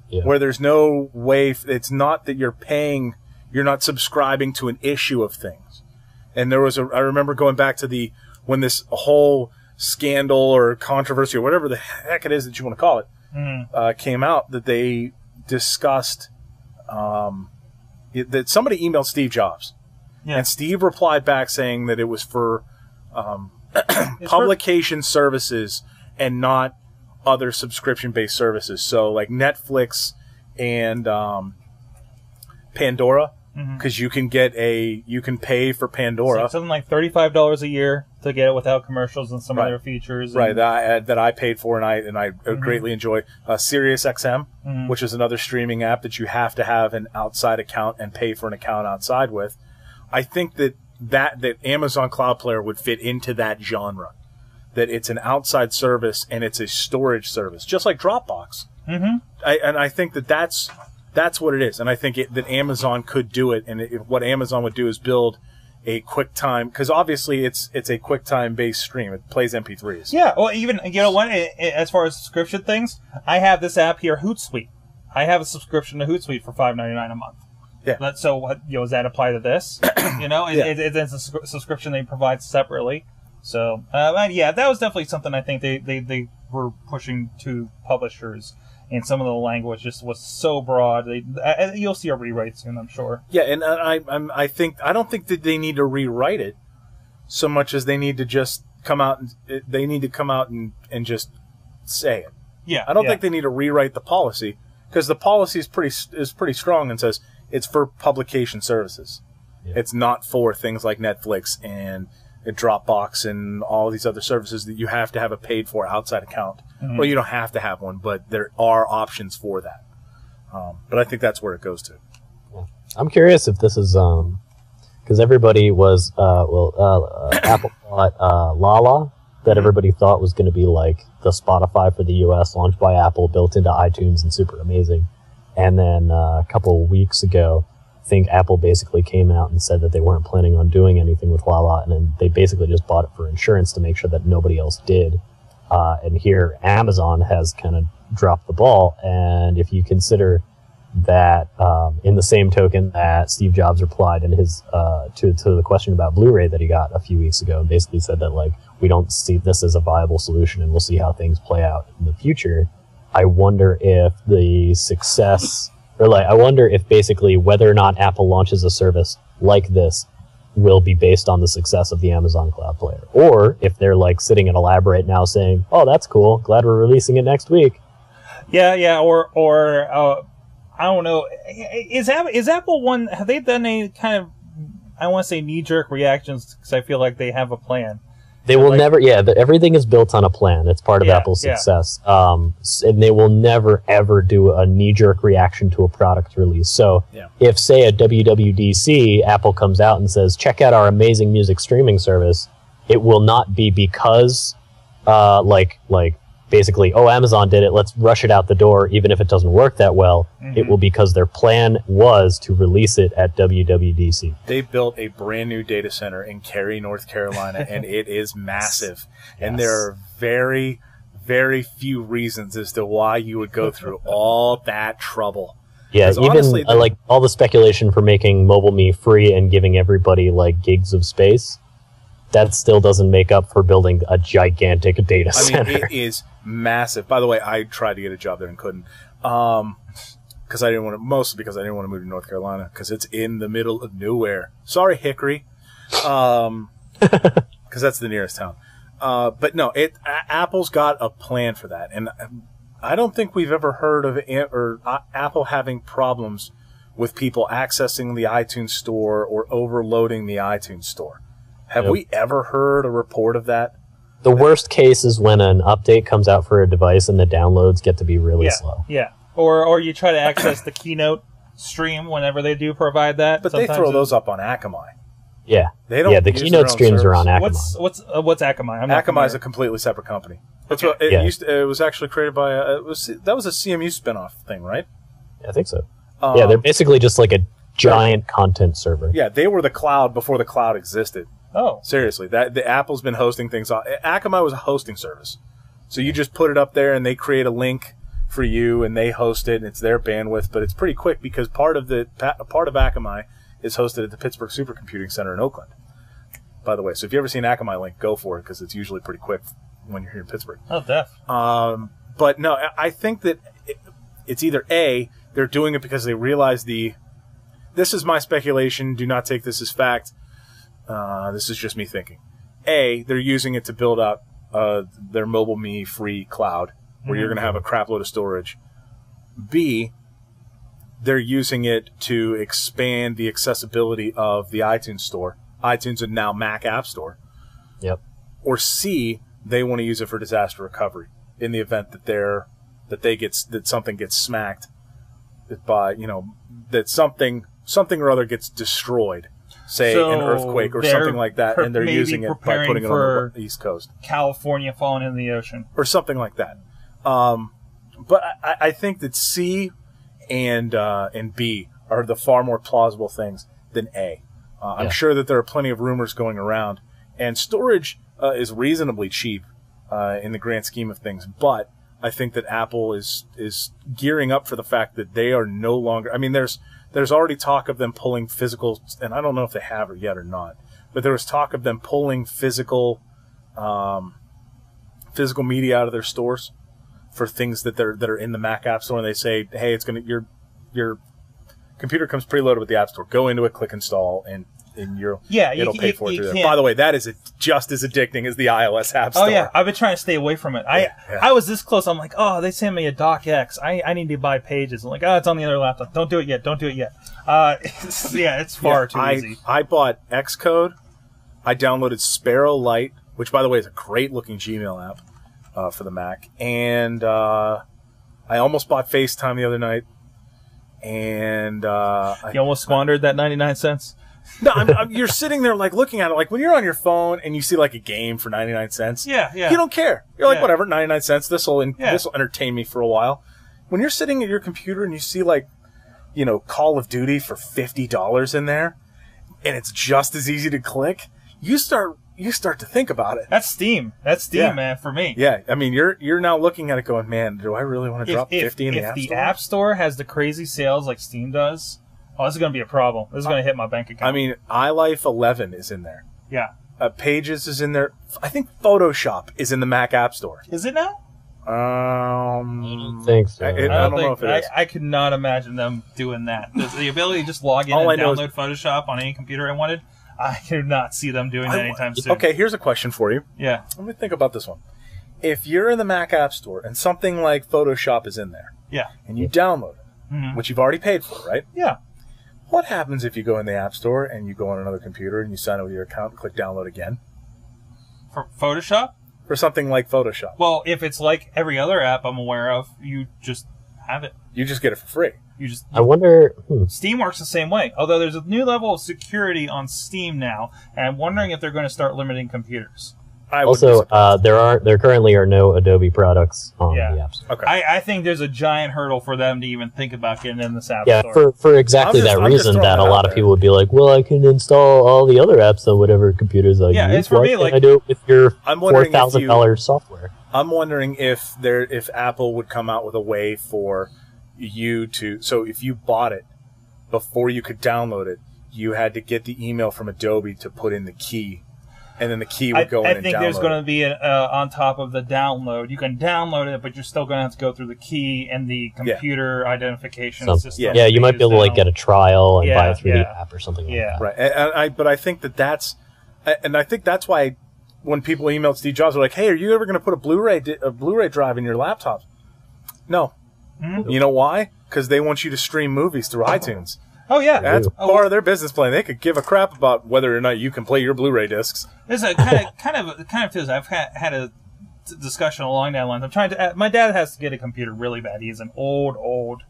Yeah.
where there's no way. f- It's not that you're paying, you're not subscribing to an issue of things. And there was a I remember going back to the when this whole scandal or controversy or whatever the heck it is that you want to call it uh, came out that they discussed um, it- that somebody emailed Steve Jobs.
Yeah.
And Steve replied back saying that it was for publication um, services and not other subscription based services. So like Netflix and um, Pandora, because you can get a you can pay for
Mm-hmm. It's
Pandora.
like something like thirty-five dollars a year to get it without commercials and some
Right.
other features. and-
Right, that I, uh, that I paid for and I and I greatly enjoy uh, SiriusXM, which is another streaming app that you have to have an outside account and pay for an account outside with. I think that that that Amazon Cloud Player would fit into that genre, that it's an outside service and it's a storage service, just like Dropbox. Mm-hmm. I, and I think that that's that's what it is, and I think it, that Amazon could do it, and it, what Amazon would do is build. A QuickTime, because obviously it's it's a QuickTime based stream. It plays MP3s.
Yeah. Well, even you know what? i- i- As far as subscription things, I have this app here, Hootsuite. I have a subscription to Hootsuite for five ninety nine a month.
Yeah.
But so what? You know, does that apply to this? you know, it,
Yeah.
it, it's a subscri- subscription they provide separately. So, uh, but yeah, that was definitely something I think they, they, they were pushing to publishers, and some of the language just was so broad. They, uh, you'll see a rewrite soon, I'm sure.
Yeah, and uh, I I'm, I think I don't think that they need to rewrite it so much as they need to just come out and it- they need to come out and and just say it.
Yeah,
I don't think they need to rewrite the policy because the policy is pretty s- is pretty strong and says it's for publication services. It's not for things like Netflix and Dropbox and all these other services that you have to have a paid for outside account. Well, you don't have to have one, but there are options for that. Um, but I think that's where it goes to.
I'm curious if this is um because everybody was uh well uh, uh, Apple bought uh Lala that everybody thought was going to be like the Spotify for the U.S. launched by Apple, built into iTunes and super amazing. And then uh, a couple of weeks ago, I think Apple basically came out and said that they weren't planning on doing anything with Lala, and then they basically just bought it for insurance to make sure that nobody else did. Uh, and here, Amazon has kind of dropped the ball. And if you consider that um, in the same token that Steve Jobs replied in his uh, to to the question about Blu-ray that he got a few weeks ago, and basically said that like we don't see this as a viable solution, and we'll see how things play out in the future. I wonder if the success, or like, I wonder if basically whether or not Apple launches a service like this will be based on the success of the Amazon Cloud Player, or if they're like sitting and elaborate now saying, "Oh, that's cool. Glad we're releasing it next week."
Yeah, yeah, or or uh, I don't know. Is Apple is Apple one? Have they done any kind of I want to say knee jerk reactions because I feel like they have a plan.
They will never, yeah. The, everything is built on a plan. It's part of
Yeah,
Apple's
yeah.
success, um, s- and they will never ever do a knee jerk reaction to a product release. So,
Yeah.
if say at WWDC, Apple comes out and says, "Check out our amazing music streaming service," it will not be because, uh, like, like basically, oh, Amazon did it. Let's rush it out the door, even if it doesn't work that well.
Mm-hmm.
It will because their plan was to release it at WWDC.
They built a brand new data center in Cary, North Carolina, and it is massive. And there are very, very few reasons as to why you would go through all that trouble.
Yeah,
'Cause
even
honestly,
uh,
the-
like all the speculation for making mobile me free and giving everybody like gigs of space, that still doesn't make up for building a gigantic data
I mean,
center.
it is massive. By the way, I tried to get a job there and couldn't. Um, because I didn't want to, mostly because I didn't want to move to North Carolina, because it's in the middle of nowhere. Sorry, Hickory. Um, because that's the nearest town. Uh, but no, it a- Apple's got a plan for that, and um, I don't think we've ever heard of Am- or uh, Apple having problems with people accessing the iTunes store or overloading the iTunes store. Have
Yep.
we ever heard a report of that?
the worst case is when an update comes out for a device and the downloads get to be really
yeah,
slow.
yeah. Or or you try to access the keynote stream whenever they do provide that.
But they
Sometimes
throw
it-
those up on Akamai.
Yeah,
They don't
yeah. The
use their
keynote
own
streams are on
service.
Akamai.
What's what's uh, what's Akamai? I'm not
Akamai is a
familiar.
completely separate company. That's
Okay.
what it
Yeah.
used. To, it was actually created by. A, it was that was a CMU spinoff thing, right?
I think so.
Um,
yeah, they're basically just like a giant content server.
yeah, they were the cloud before the cloud existed.
oh
Seriously, that the Apple's been hosting things on. Akamai was a hosting service, so you just put it up there and they create a link for you and they host it and it's their bandwidth, but it's pretty quick because part of the pa- part of Akamai is hosted at the Pittsburgh Supercomputing Center in Oakland. By the way, so if you ever see an Akamai link, go for it because it's usually pretty quick when you're here in Pittsburgh.
oh deaf.
Um, but no, I- I think that it- it's either a they're doing it because they realize the. This is my speculation. Do not take this as fact. Uh, this is just me thinking. A, they're using it to build out uh, their mobile me free cloud where you're going to have a crap load of storage. B, they're using it to expand the accessibility of the iTunes store, iTunes and now Mac App Store.
Yep.
Or C, they want to use it for disaster recovery in the event that they're that they get that something gets smacked by you know that something something or other gets destroyed, say an
So
earthquake or
they're
something like that,
pre-
and they're
maybe
using it by
preparing
putting it on
for-
the East Coast
California falling in the ocean.
or something like that. Um, but I, I think that C and uh, and B are the far more plausible things than A. Uh, I'm
Yeah.
sure that there are plenty of rumors going around, and storage uh, is reasonably cheap uh, in the grand scheme of things. But I think that Apple is is gearing up for the fact that they are no longer. I mean, there's there's already talk of them pulling physical, and I don't know if they have or yet or not. But there was talk of them pulling physical physical media out of their stores for things that they're that are in the Mac App Store, and they say, "Hey, it's gonna your your computer comes preloaded with the App Store. Go into it, click install, and and you're
Yeah, you
it'll
c-
pay
you-
for it."
you
through there.
can't-
By the way, that is a, just as addicting as the iOS App Store.
Oh yeah, I've been trying to stay away from it. I
Yeah, yeah.
I was this close. I'm like, oh, they sent me a DocX. I I need to buy Pages. I'm like, oh, it's on the other laptop. Don't do it yet. Don't do it yet. Uh, it's- yeah, it's far
Yeah,
too
I,
easy.
I bought Xcode. I downloaded Sparrow Lite, which by the way is a great looking Gmail app uh, for the Mac, and uh, I almost bought FaceTime the other night. And uh, I
You almost squandered that 99 cents.
No, I'm, I'm, you're sitting there like looking at it, like when you're on your phone and you see like a game for 99 cents.
Yeah, yeah.
You don't care. You're like
Yeah.
whatever, 99 cents. This will
Yeah.
this will entertain me for a while. When you're sitting at your computer and you see like, you know, Call of Duty for fifty dollars in there, and it's just as easy to click, you start you start to think about it.
That's Steam. That's Steam,
Yeah.
man. For me.
Yeah, I mean, you're you're now looking at it going, man, do I really want to
If,
drop
if,
fifty in
if
the app
the
store?
App Store has the crazy sales like Steam does, oh, this is gonna be a problem. This is gonna hit my bank account.
I mean, iLife 11 is in there.
yeah.
Uh, Pages is in there. I think Photoshop is in the Mac App Store.
Is it now?
Um,
Thanks.
I- it-
I
I
don't,
don't know
think,
if it is.
I, I could not imagine them doing that. The, the ability to just log in
All
and
I know is-
download Photoshop on any computer I wanted, I could not see them doing that
I-
anytime soon.
okay, here's a question for you.
Yeah.
Let me think about this one. If you're in the Mac App Store and something like Photoshop is in there,
Yeah.
and you download it,
Mhm.
which you've already paid for, right?
Yeah.
What happens if you go in the App Store and you go on another computer and you sign up with your account and click download again
For Photoshop?
for something like Photoshop?
Well, if it's like every other app I'm aware of, you just have it.
You just get it for free.
You just
I wonder. Hmm,
Steam works the same way, although there's a new level of security on Steam now, and I'm wondering if they're going to start limiting computers.
I would
also,
just-
uh, there are there currently are no Adobe products on
Yeah.
the App Store.
okay.
I, I think there's a giant hurdle for them to even think about getting in this app
Yeah,
store.
for, for exactly
I'm just-
that
I'm just
reason,
throwing
that a
that out
lot of
there.
people would be like, "Well, I can install all the other apps on whatever computers I
Yeah,
use.
it's for
Why
me,
can't
like-
I do it with your
I'm
four
wondering if
thousand
you-
dollars software."
I'm wondering if there if Apple would come out with a way for you to so if you bought it before you could download it, you had to get the email from Adobe to put in the key, and then the key would
I,
go
I
in and
think
download.
there's going
it.
to be an, uh, on top of the download. You can download it, but you're still going to have to go through the key and the computer identification
Some-
system.
yeah.
yeah, you might be able to like get a trial and buy
Yeah,
it through the
yeah.
app or something. Like
Yeah.
right. And, and I but I think that that's and I think that's why when people emailed Steve Jobs, they're like, "Hey, are you ever going to put a Blu-ray di- a Blu-ray drive in your laptop?" No. You know why? Because they want you to stream movies through iTunes.
Hmm? Oh yeah.
That's
Ooh.
part of their business plan. They could give a crap about whether or not you can play your Blu-ray discs.
There's a kind of kind of kind of feels. I've had, had a t- discussion along that lines. I'm trying to. Uh, my dad has to get a computer really bad. He is an old old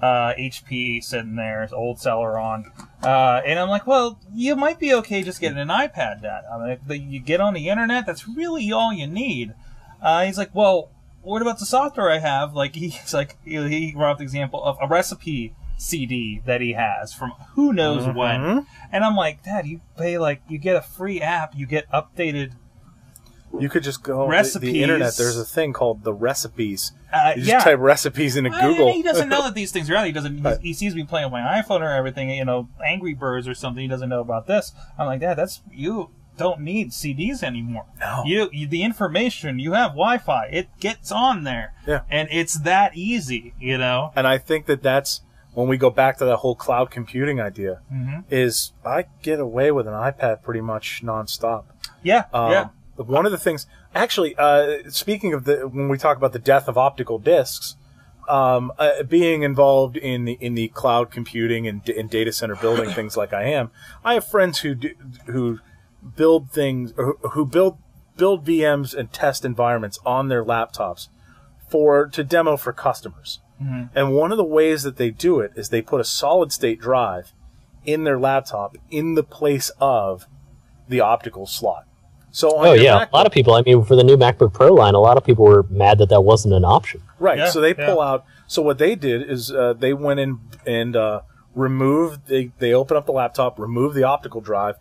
uh, HP sitting there, his old Celeron, uh, and I'm like, well, you might be okay just getting an iPad, Dad. I mean, the, you get on the internet. That's really all you need. Uh, he's like, well, what about the software I have? Like he's like he, he brought up the example of a recipe CD that he has from who knows when, and I'm like, Dad, you pay like you get a free app, you get updated.
You could just go on the- the,
Recipes.
internet. There's a thing called the recipes.
Uh,
You just
yeah,
type recipes into
Well,
Google.
He doesn't know that these things are out. He doesn't.
Right.
He sees me playing on my iPhone or everything. You know, Angry Birds or something. He doesn't know about this. I'm like, Dad, that's you don't need CDs anymore.
No.
You, you the information you have Wi-Fi. It gets on there.
Yeah.
And it's that easy. You know.
and I think that that's when we go back to that whole cloud computing idea.
Mm-hmm.
Is I get away with an iPad pretty much nonstop.
Yeah.
Um,
yeah.
One of the things, actually, uh, speaking of the when we talk about the death of optical discs, um, uh, being involved in the, in the cloud computing and, d- and data center building things like I am, I have friends who do, who build things or who- who build build VMs and test environments on their laptops for to demo for customers. And one of the ways that they do it is they put a solid state drive in their laptop in the place of the optical slot. So on
Oh
your
yeah,
MacBook-
a lot of people. I mean, for the new MacBook Pro line, a lot of people were mad that that wasn't an option.
Right.
Yeah,
so they pull
yeah.
out. So what they did is uh, they went in and uh, removed. They they open up the laptop, remove the optical drive,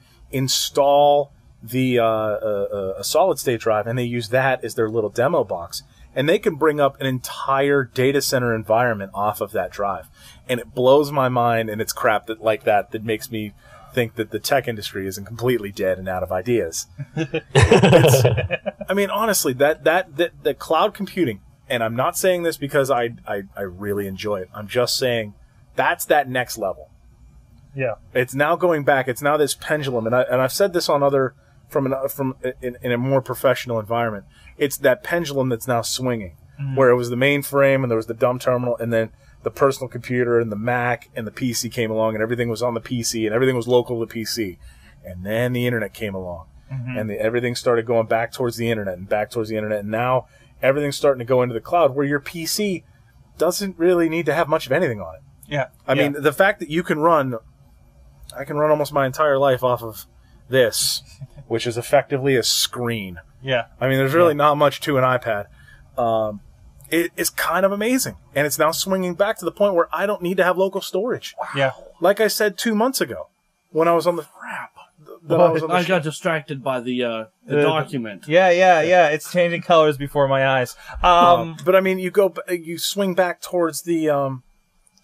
install the uh, uh, a solid state drive, and they use that as their little demo box. And they can bring up an entire data center environment off of that drive, and it blows my mind. And it's crap that like that that makes me think that the tech industry isn't completely dead and out of ideas. I mean, honestly, that that that the cloud computing, and I'm not saying this because I, I I really enjoy it. I'm just saying that's that next level.
Yeah.
It's now going back. It's now this pendulum, and I and I've said this on other from an, from in, in a more professional environment. It's that pendulum that's now swinging, where it was the mainframe and there was the dumb terminal, and then the personal computer and the Mac and the PC came along, and everything was on the PC and everything was local to PC, and then the internet came along
Mm-hmm.
and the, everything started going back towards the internet and back towards the internet and now everything's starting to go into the cloud where your pc doesn't really need to have much of anything on it
Yeah.
i
Yeah.
mean the fact that you can run i can run almost my entire life off of this which is effectively a screen
yeah.
i mean there's really not much to an ipad um, it is kind of amazing and it's now swinging back to the point where i don't need to have local storage
Yeah.
like i said two months ago when i was on the crap when I was on the
I got distracted by the uh, the
Uh,
document.
Yeah, yeah, yeah. It's changing colors before my eyes. Um,
Um, but I mean, you go, b- you swing back towards the, um,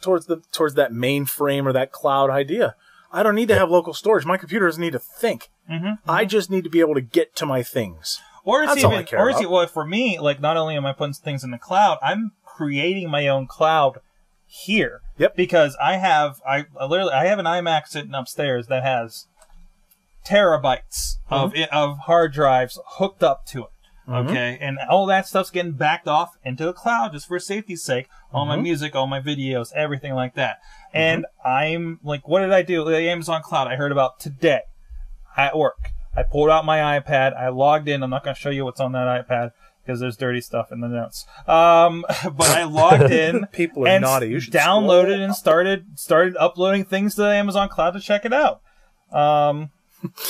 towards the, towards that mainframe or that cloud idea. I don't need to have local storage. My computer doesn't need to think. I just need to be able to get to my things.
or it's
That's all I
even,
care
or it's
about.
well for me. Like, not only am I putting things in the cloud, I'm creating my own cloud here.
Yep.
Because I have, I, I literally, I have an iMac sitting upstairs that has terabytes of
Mm-hmm.
i of hard drives hooked up to it. Okay, and all that stuff's getting backed off into the cloud just for safety's sake. All
Mm-hmm.
my music, all my videos, everything like that. And I'm like, what did I do? The Amazon cloud I heard about today at work. I pulled out my iPad. I logged in. I'm not going to show you what's on that iPad because there's dirty stuff in the notes. Um, but I logged in.
People are
and
naughty. You should
downloaded
scroll
and started started uploading things to the Amazon cloud to check it out. Um,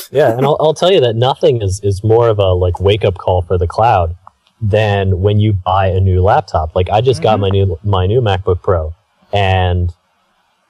Yeah, and I'll, I'll tell you that nothing is, is more of a like wake up call for the cloud than when you buy a new laptop. Like I just got my new my new MacBook Pro, and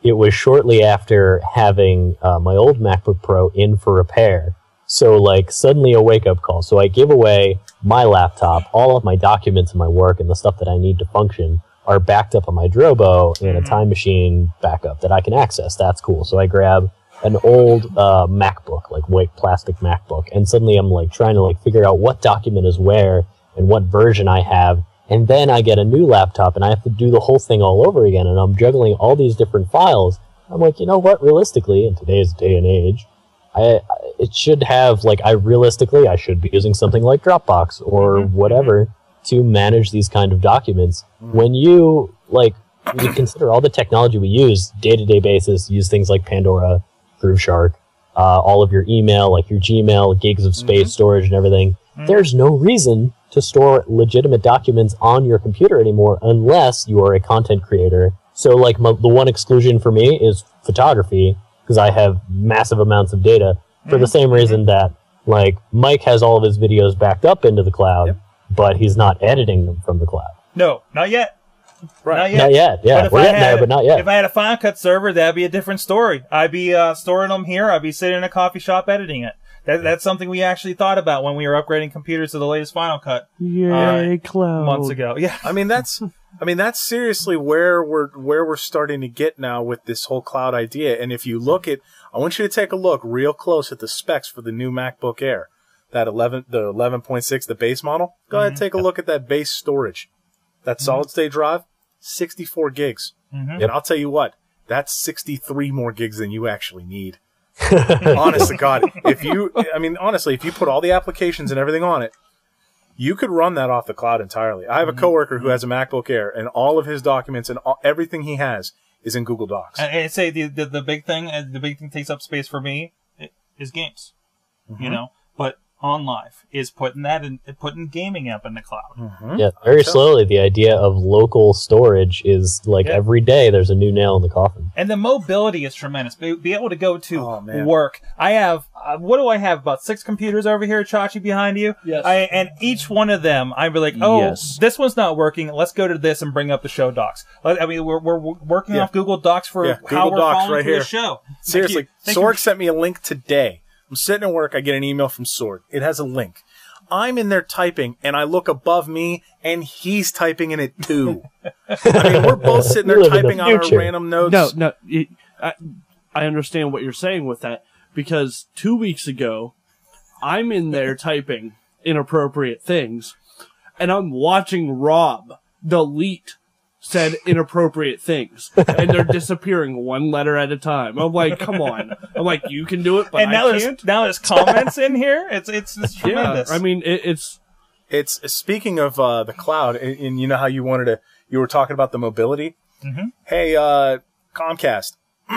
it was shortly after having uh, my old MacBook Pro in for repair. So like suddenly a wake up call. So I give away my laptop, all of my documents and my work and the stuff that I need to function are backed up on my Drobo and a time machine backup that I can access. That's cool. So I grab an old uh, MacBook, like white plastic MacBook, and suddenly I'm like trying to like figure out what document is where and what version I have. And then I get a new laptop and I have to do the whole thing all over again. And I'm juggling all these different files. I'm like, you know what? Realistically, in today's day and age, I, I- it should have like I realistically I should be using something like Dropbox or whatever to manage these kind of documents. When you like when you consider all the technology we use day to day basis, use things like Pandora, GrooveShark, uh, all of your email, like your Gmail, gigs of space storage, and everything. There's no reason to store legitimate documents on your computer anymore unless you are a content creator. So, like, my, the one exclusion for me is photography because I have massive amounts of data for
Mm-hmm.
the same reason that, like, Mike has all of his videos backed up into the cloud, but he's not editing them from the cloud.
no, not yet.
Right.
Not yet.
Not yet. Yeah,
if
we're
I
getting
had-
there, but not yet.
If I had a Final Cut server, that'd be a different story. I'd be uh, storing them here. I'd be sitting in a coffee shop editing it. That, that's something we actually thought about when we were upgrading computers to the latest Final Cut Yay,
cloud.
months ago. Yeah.
I mean, that's, I mean, that's seriously where we're, where we're starting to get now with this whole cloud idea. And if you look at, I want you to take a look real close at the specs for the new MacBook Air, that 11, the 11.6, the base model. Go ahead, take a look at that base storage. That solid state drive, 64 gigs. And I'll tell you what, that's 63 more gigs than you actually need. honest to God, if you, I mean, honestly, if you put all the applications and everything on it, you could run that off the cloud entirely. I have a coworker who has a MacBook Air, and all of his documents and all, everything he has is in Google Docs.
I, I say the, the the big thing, uh, the big thing takes up space for me i- is games,
Mm-hmm.
you know. But on live is putting that in, putting gaming up in the cloud.
Yeah,
Mm-hmm.
very
so.
slowly, the idea of local storage is like
Yeah.
every day there's a new nail in the coffin.
And the mobility is tremendous. Be, be able to go to
Oh, man.
work. I have, uh, what do I have? About six computers over here, Chachi, behind you.
Yes.
I, and each one of them, I'd be like, oh,
Yes.
this one's not working. Let's go to this and bring up the show docs. I I mean, we're, we're working
Yeah.
off Google Docs for
Yeah,
how
Google
we're
Docs
following
right
through
here.
the show.
Seriously,
Thank you.
Sorg sent me a link today. I'm sitting at work. I get an email from Sorg. It has a link. I'm in there typing, and I look above me, and he's typing in it too. I mean, we're both sitting there
You live in the
typing on our
future.
random notes.
No, no. It, I, I understand what you're saying with that because two weeks ago, I'm in there typing inappropriate things, and I'm watching Rob delete said inappropriate things, and they're disappearing one letter at a time. I'm like, come on. I'm like, you can do it, but
and now
I
there's,
can't.
now there's comments in here. It's, it's, it's
Yeah,
tremendous.
I mean, it, it's
It's speaking of uh, the cloud, and, and you know how you wanted to, you were talking about the mobility. Hey, uh, Comcast,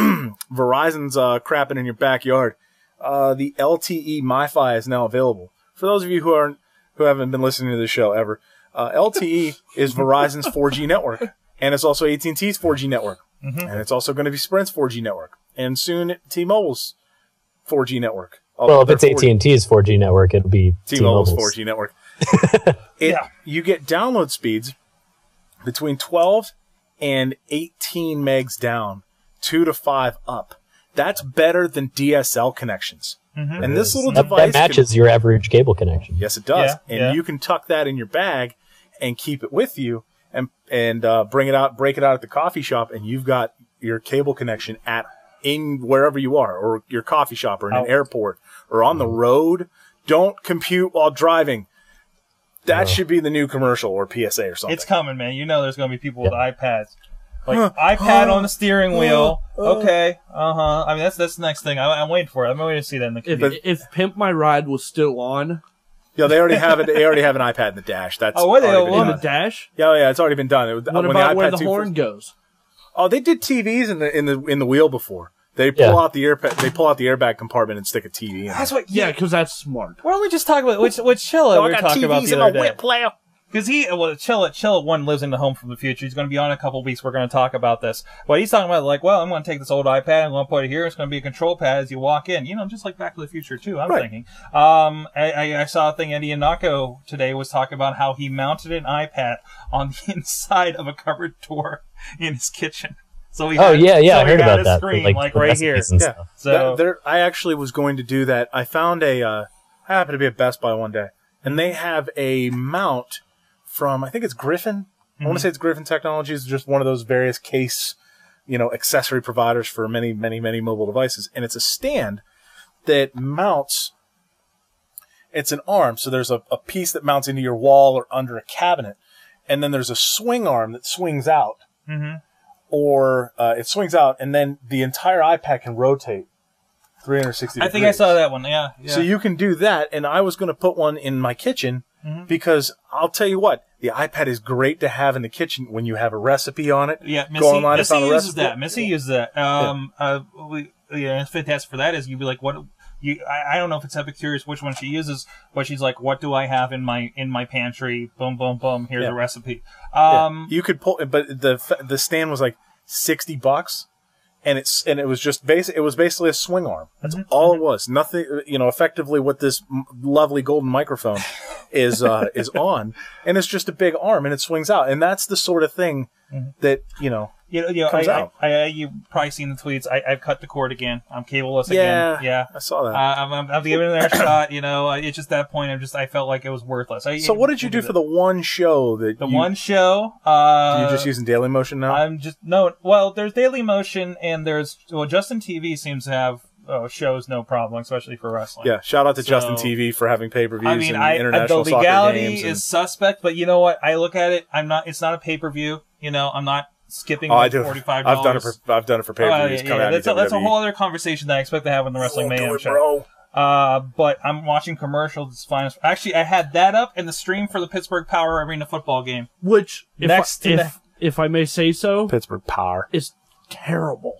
Verizon's uh, crapping in your backyard. Uh, the LTE MiFi is now available. For those of you who aren't, who haven't been listening to this show ever, uh, LTE is Verizon's 4G network, and it's also AT&T's 4G network, and it's also going to be Sprint's 4G network, and soon T-Mobile's 4G network.
Well,
Oh,
Although
if it's
their 4G
AT and T's 4G network, it'll be
T-Mobile's
T-Mobile's.
4G network. It,
Yeah.
You get download speeds between 12 and 18 megs down, 2 to 5 up. That's better than DSL connections. And this little
Mm-hmm. That,
device
that
can-
matches your average cable connection.
yes, it does.
Yeah,
and
yeah.
you can tuck that in your bag and keep it with you and and uh, bring it out, break it out at the coffee shop, and you've got your cable connection at in wherever you are, or your coffee shop, or in
Out.
an airport, or on the road. Don't compute while driving. That should be the new commercial or PSA or something.
It's coming, man. You know there's going to be people with iPads. Like iPad on the steering wheel. Okay. Uh huh. I mean that's that's the next thing. I, I'm waiting for it. I'm waiting to see that in the
if,
computer.
if Pimp My Ride was still on
yeah, they already have it. They already have an iPad in the dash. That's
Oh, what the
already
hell,
been
on
what
the
done.
dash,
Yeah, yeah, it's already been done. It was-
what
when
about
the
where
iPad
the
2
horn
first-
goes?
Oh, they did TVs in the in the in the wheel before. They pull
Yeah.
out the air they pull out the airbag compartment and stick a TV in. it.
that's what.
Yeah,
Yeah.
because that's smart.
We're only just talking about which which Chilla we were talking about the other day.
player.
Because he well Chilla Chilla one lives in the home from the future. He's going to be on in a couple weeks. We're going to talk about this. But he's talking about like, well, I'm going to take this old iPad. I'm going to put it here. It's going to be a control pad as you walk in. You know, just like Back to the Future too. I'm
Right.
thinking. Um, I, I, I saw a thing Eddie Nako today was talking about how he mounted an iPad on the inside of a cupboard door in his kitchen. So he
Oh
had-
yeah, yeah,
so
I
he
heard
had
about
a
that. for,
Screen,
like,
like,
the
right here.
recipes and
Yeah.
stuff.
So
That- there, I actually was going to do that. I found a, uh, I happened to be at Best Buy one day, and they have a mount from I think it's Griffin. I want to say it's Griffin Technologies, just one of those various case, you know, accessory providers for many, many, many mobile devices, and it's a stand that mounts. It's an arm, so there's a, a piece that mounts into your wall or under a cabinet, and then there's a swing arm that swings out,
Mm-hmm.
or uh, it swings out, and then the entire iPad can rotate 360.
I think I
degrees.
saw that one. Yeah. yeah.
So you can do that, and I was going to put one in my kitchen
Mm-hmm.
because I'll tell you what, the iPad is great to have in the kitchen when you have a recipe on it.
Yeah, Missy,
go online
Missy
and find a
uses
recipe.
that. Missy uses that. Um, uh, we, yeah, it's fantastic for that. Is you'd be like, what? You, I, I don't know if it's Epicurious which one she uses, but she's like, what do I have in my in my pantry? Boom, boom, boom. Here's
Yeah.
a recipe.
Yeah.
Um,
you could pull, but the f- the stand was like sixty bucks, and it's and it was just basic. It was basically a swing arm. That's
Mm-hmm.
all it was. Nothing, you know. Effectively, what this m- lovely golden microphone is uh, is on, and it's just a big arm, and it swings out, and that's the sort of thing
Mm-hmm.
that you know.
you know, you know,
Comes
I,
out.
I, I, you've probably seen the tweets. I, I've cut the cord again. I'm cableless
Yeah,
again. Yeah.
I saw that.
Uh, I'm, I'm, I'm giving it another shot. You know, I- it's just that point. I'm just, I felt like it was worthless. I,
so, what did you do for the one show that
the
you,
one show? Uh,
You're just using Daily Motion now.
I'm just no. Well, there's Daily Motion, and there's well, Justin TV seems to have uh, shows no problem, especially for wrestling.
Yeah, shout out to
So-
Justin TV for having pay per views
I mean,
and
I, I the
international soccer
legality
games. and-
is suspect, but you know what? I look at it. I'm not. It's not a pay per view. You know, I'm not skipping
Oh, I
like
do.
forty five
I've done it. For, I've done it for pay per
Oh,
views.
yeah, yeah, that's, a, that's
E
a whole other conversation that I expect to have on the Wrestling Mayhem show.
bro.
Uh, but I'm watching commercials. It's fine. Actually, I had that up and the stream for the Pittsburgh Power Arena football game.
Which, if,
Next
I,
to
if,
the-
if I may say so,
Pittsburgh Power.
is terrible.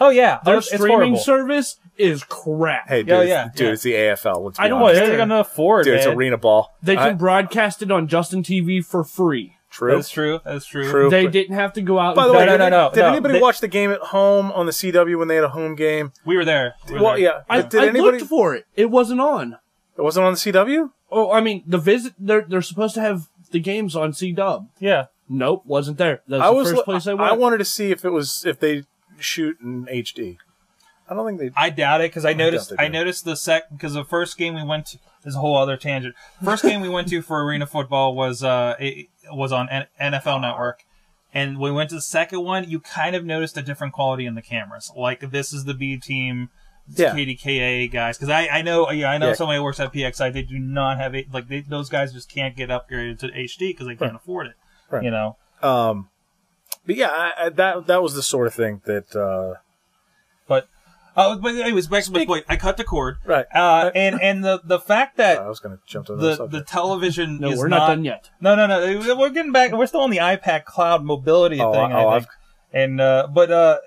Oh yeah,
Their
Oh, it's
streaming
horrible.
service is crap.
Hey, dude,
Yeah,
it's-
yeah,
dude,
yeah.
it's the AFL. Let's be
I don't
Oh,
honest.
yeah, they got another Ford.
Dude, it's
man.
arena ball.
They
I-
can broadcast it on Justin TV for free.
true.
That's true. That's true.
True.
They didn't have to go out.
By
and
the way,
beg-
No, no,
did-
no,
did
no.
anybody
They-
watch the game at home on the CW when they had a home game?
We were there. We were
Well,
there.
yeah.
I,
did
I
anybody?
looked for it. It wasn't on.
it wasn't on the CW.
Oh, I mean, the visit. They're they're supposed to have the games on C Dub.
yeah.
Nope, wasn't there. That was
I
the
was.
first place I
I,
went.
wanted to see if it was if they shoot in HD. I don't think they.
I doubt it because I noticed.
doubt they
I
do.
noticed the sec because the first game we went to is a whole other tangent. First game we went to for arena football was uh it was on N- NFL Network, and when we went to the second one, you kind of noticed a different quality in the cameras. Like this is the B team, it's
Yeah.
KDKA guys. Because I I know yeah I know
Yeah.
somebody who works at PXI. They do not have a, like they, those guys just can't get upgraded to HD because they can't afford it.
Right.
You know.
Um, but yeah, I, I, that that was the sort of thing that. Uh,
But uh, but anyways, back to my point. I cut the cord.
Right.
Uh, and and the the fact that
I was going to jump to another
the the
subject.
television.
no,
is
we're not, done yet.
No, no, no. We're getting back. We're still on the iPad cloud mobility
Oh,
thing.
oh,
I
I've-
think. And uh, but uh,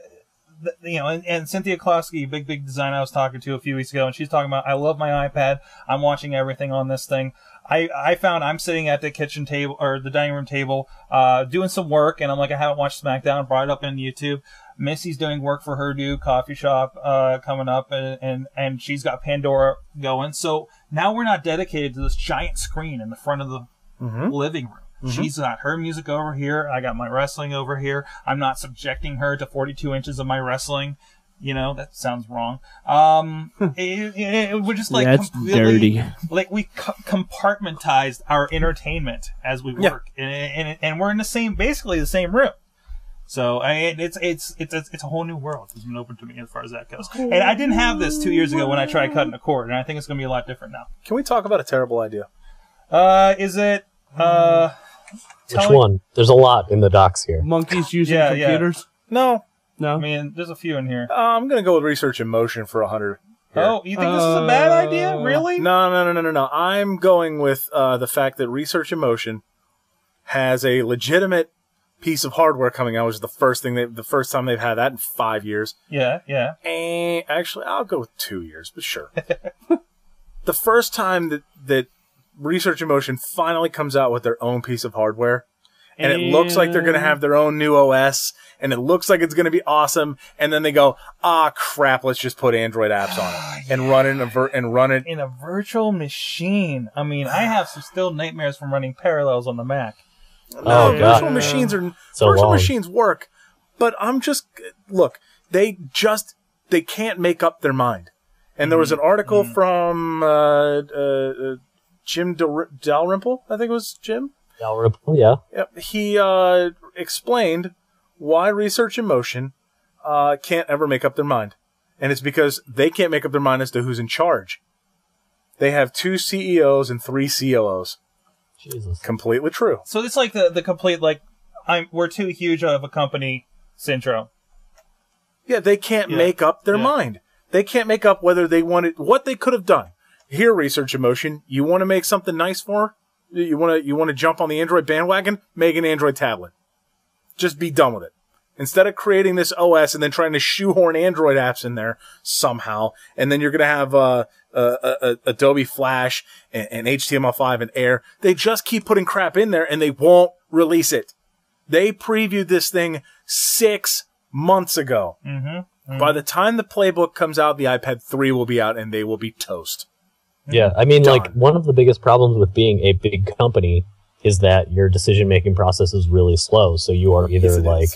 th- you know, and, and Cynthia Klosky, big big designer I was talking to a few weeks ago, and she's talking about I love my iPad. I'm watching everything on this thing. I, I found I'm sitting at the kitchen table or the dining room table, uh, doing some work, and I'm like I haven't watched SmackDown. Brought it up in YouTube. Missy's doing work for her new coffee shop uh, coming up, and, and and she's got Pandora going. So now we're not dedicated to this giant screen in the front of the
Mm-hmm.
living room. She's got her music over here. I got my wrestling over here. I'm not subjecting her to 42 inches of my wrestling. You know that sounds wrong. Um, it- it- it- we're just like
Hmm. That's
completely-
dirty.
Like we co- compartmentized our entertainment as we
Yeah.
work, and, and and we're in the same, basically the same room. So I, it's it's it's it's a whole new world. It's been open to me as far as that goes. And I didn't have this two years ago when I tried cutting a cord, and I think it's going to be a lot different now.
Can we talk about a terrible idea?
Uh, is it? Uh,
Which
telling-
one? There's a lot in the docs here.
Monkeys using
Yeah, yeah.
computers.
No,
I
No,
mean, there's a few in here.
uh, I'm going to go with research in motion for hundred.
Oh, you think this is a bad idea?
Uh,
Really?
No, no, no, no, no, no. I'm going with uh, the fact that Research in Motion has a legitimate piece of hardware coming out, which is the first thing they, the first time they've had that in five years.
Yeah, yeah.
And actually, I'll go with two years, but sure. the first time that that Research in Motion finally comes out with their own piece of hardware. And it looks like they're going to have their own new OS, and it looks like it's going to be awesome. And then they go, "Ah, crap! Let's just put Android apps on it and run it in a ver- and run it
In a virtual machine. I mean, I have some still nightmares from running parallels on the Mac.
No,
Oh, God.
virtual machines are
So
virtual
long.
machines work, but I'm just look. They just they can't make up their mind. And there was
Mm-hmm.
an article from uh, uh, uh, Jim Dal- Dalrymple, I think it was Jim.
Dalrymple, Oh, yeah.
Yep. He uh, explained why Research in Motion uh, can't ever make up their mind, and it's because they can't make up their mind as to who's in charge. They have two CEOs and three COOs.
Jesus.
Completely true.
So it's like the the complete like, I'm we're too huge of a company syndrome.
Yeah, they can't
Yeah.
make up their
Yeah.
mind. They can't make up whether they wanted what they could have done. Here, research emotion. You want to make something nice for? her? You want to you want to jump on the Android bandwagon? Make an Android tablet. Just be done with it. Instead of creating this OS and then trying to shoehorn Android apps in there somehow, and then you're going to have uh, uh, uh, uh, Adobe Flash and, and HTML5 and Air, they just keep putting crap in there and they won't release it. They previewed this thing six months ago. By the time the playbook comes out, the iPad 3 will be out and they will be toast.
Yeah, I mean, like
Done.
one of the biggest problems with being a big company is that your decision making process is really slow. So you are either
Yes, it is.
like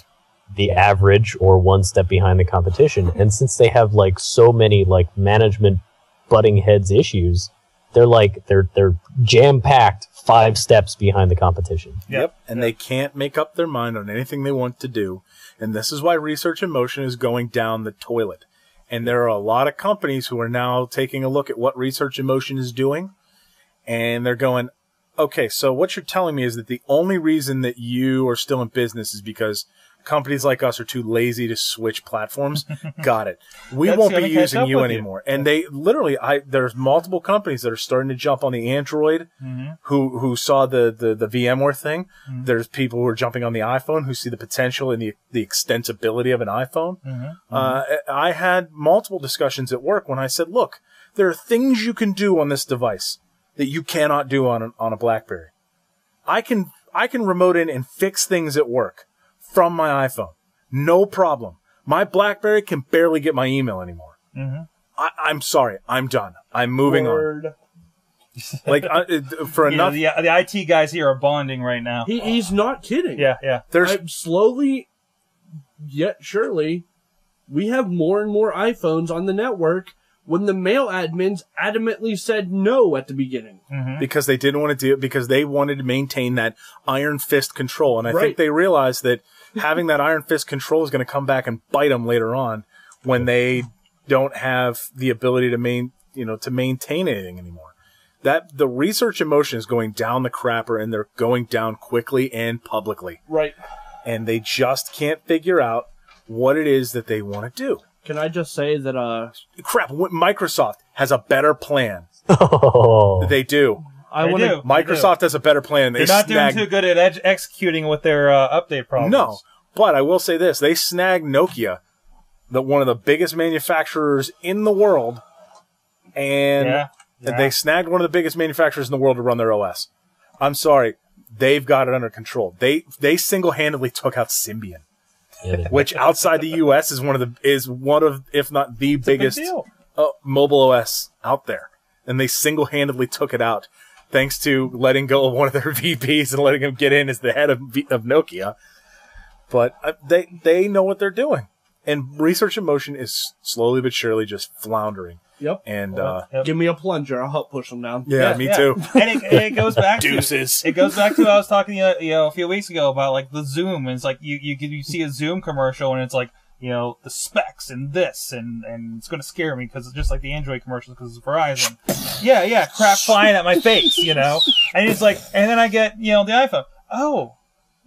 the average or one step behind the competition. And since they have like so many like management butting heads issues, they're like they're they're jam packed five steps behind the competition.
Yeah.
And they can't make up their mind on anything they want to do. And this is why research in motion is going down the toilet. And there are a lot of companies who are now taking a look at what research in motion is doing. And they're going, okay, so what you're telling me is that the only reason that you are still in business is because companies like us are too lazy to switch platforms. Got it. We
That's
won't be
gonna catch
using
up
you
with you.
anymore. And they literally, I there's multiple companies that are starting to jump on the Android
Mm-hmm.
who who saw the the, the VMware thing. There's people who are jumping on the iPhone who see the potential and the the extensibility of an iPhone. Uh, I I had multiple discussions at work when I said, look, there are things you can do on this device that you cannot do on a, on a BlackBerry. I can I can remote in and fix things at work from my iPhone. No problem. My BlackBerry can barely get my email anymore.
Mm-hmm.
I, I'm sorry. I'm done. I'm moving
Word.
on. Like I, it- for
Yeah,
enough,
the, the IT guys here are bonding right now.
He, he's not kidding.
Yeah, yeah.
there's
I'm slowly, yet surely, we have more and more iPhones on the network when the mail admins adamantly said no at the beginning.
because they didn't want to do it because they wanted to maintain that iron fist control, and I
Right.
think they realized that having that iron fist control is going to come back and bite them later on when they don't have the ability to main you know to maintain anything anymore. That the research emotion is going down the crapper, and they're going down quickly and publicly,
Right.
and they just can't figure out what it is that they want to do.
Can I just say that uh,
Crap! what- Microsoft has a better plan.
Oh,
They do.
I
They
want
do.
to.
Microsoft has a better plan. They
They're not doing
snagged
too good at ed- executing with their uh, update problems.
No, but I will say this: they snagged Nokia, the one of the biggest manufacturers in the world, and
Yeah.
they snagged one of the biggest manufacturers in the world to run their OS. I'm sorry, they've got it under control. They they single handedly took out Symbian,
yeah, they-
which outside the U.S. is one of the is one of if not the biggest
deal.
uh, mobile OS out there, and they single handedly took it out. Thanks to letting go of one of their VPs and letting him get in as the head of, V- of Nokia, but uh, they they know what they're doing, and Research in Motion is slowly but surely just floundering.
Yep.
And uh,
Yep.
Give me a plunger. I'll help push them down.
yeah, me too.
And it, it goes back
Deuces.
to it goes back to what I was talking uh, you know a few weeks ago about like the Zoom and it's like you you can- you see a Zoom commercial and it's like you know the specs and this and and it's gonna scare me because it's just like the Android commercials because it's Verizon. Yeah, yeah, crap flying at my face, you know. And it's like, and then I get you know the iPhone. Oh,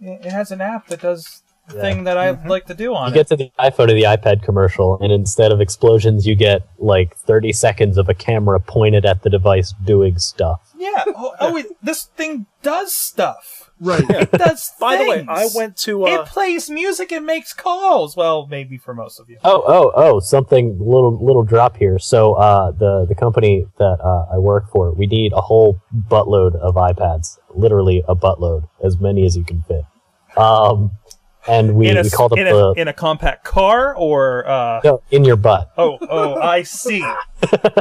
it it has an app that does the
Yeah.
thing that I
Mm-hmm.
like to do on
you
it.
get to the iPhone or the iPad commercial, and instead of explosions, you get like 30 seconds of a camera pointed at the device doing stuff.
yeah. Oh, oh it, this thing does stuff.
Right.
It does.
By the way,
things.
I went to uh,
it plays music and makes calls. Well, maybe for most of you.
Oh, oh, oh! Something little little drop here. So uh, the the company that uh, I work for, we need a whole buttload of iPads, literally a buttload, as many as you can fit. Um, and we,
in a,
we called up
in,
the
a, in a compact car or uh,
no, in your butt.
oh oh I see.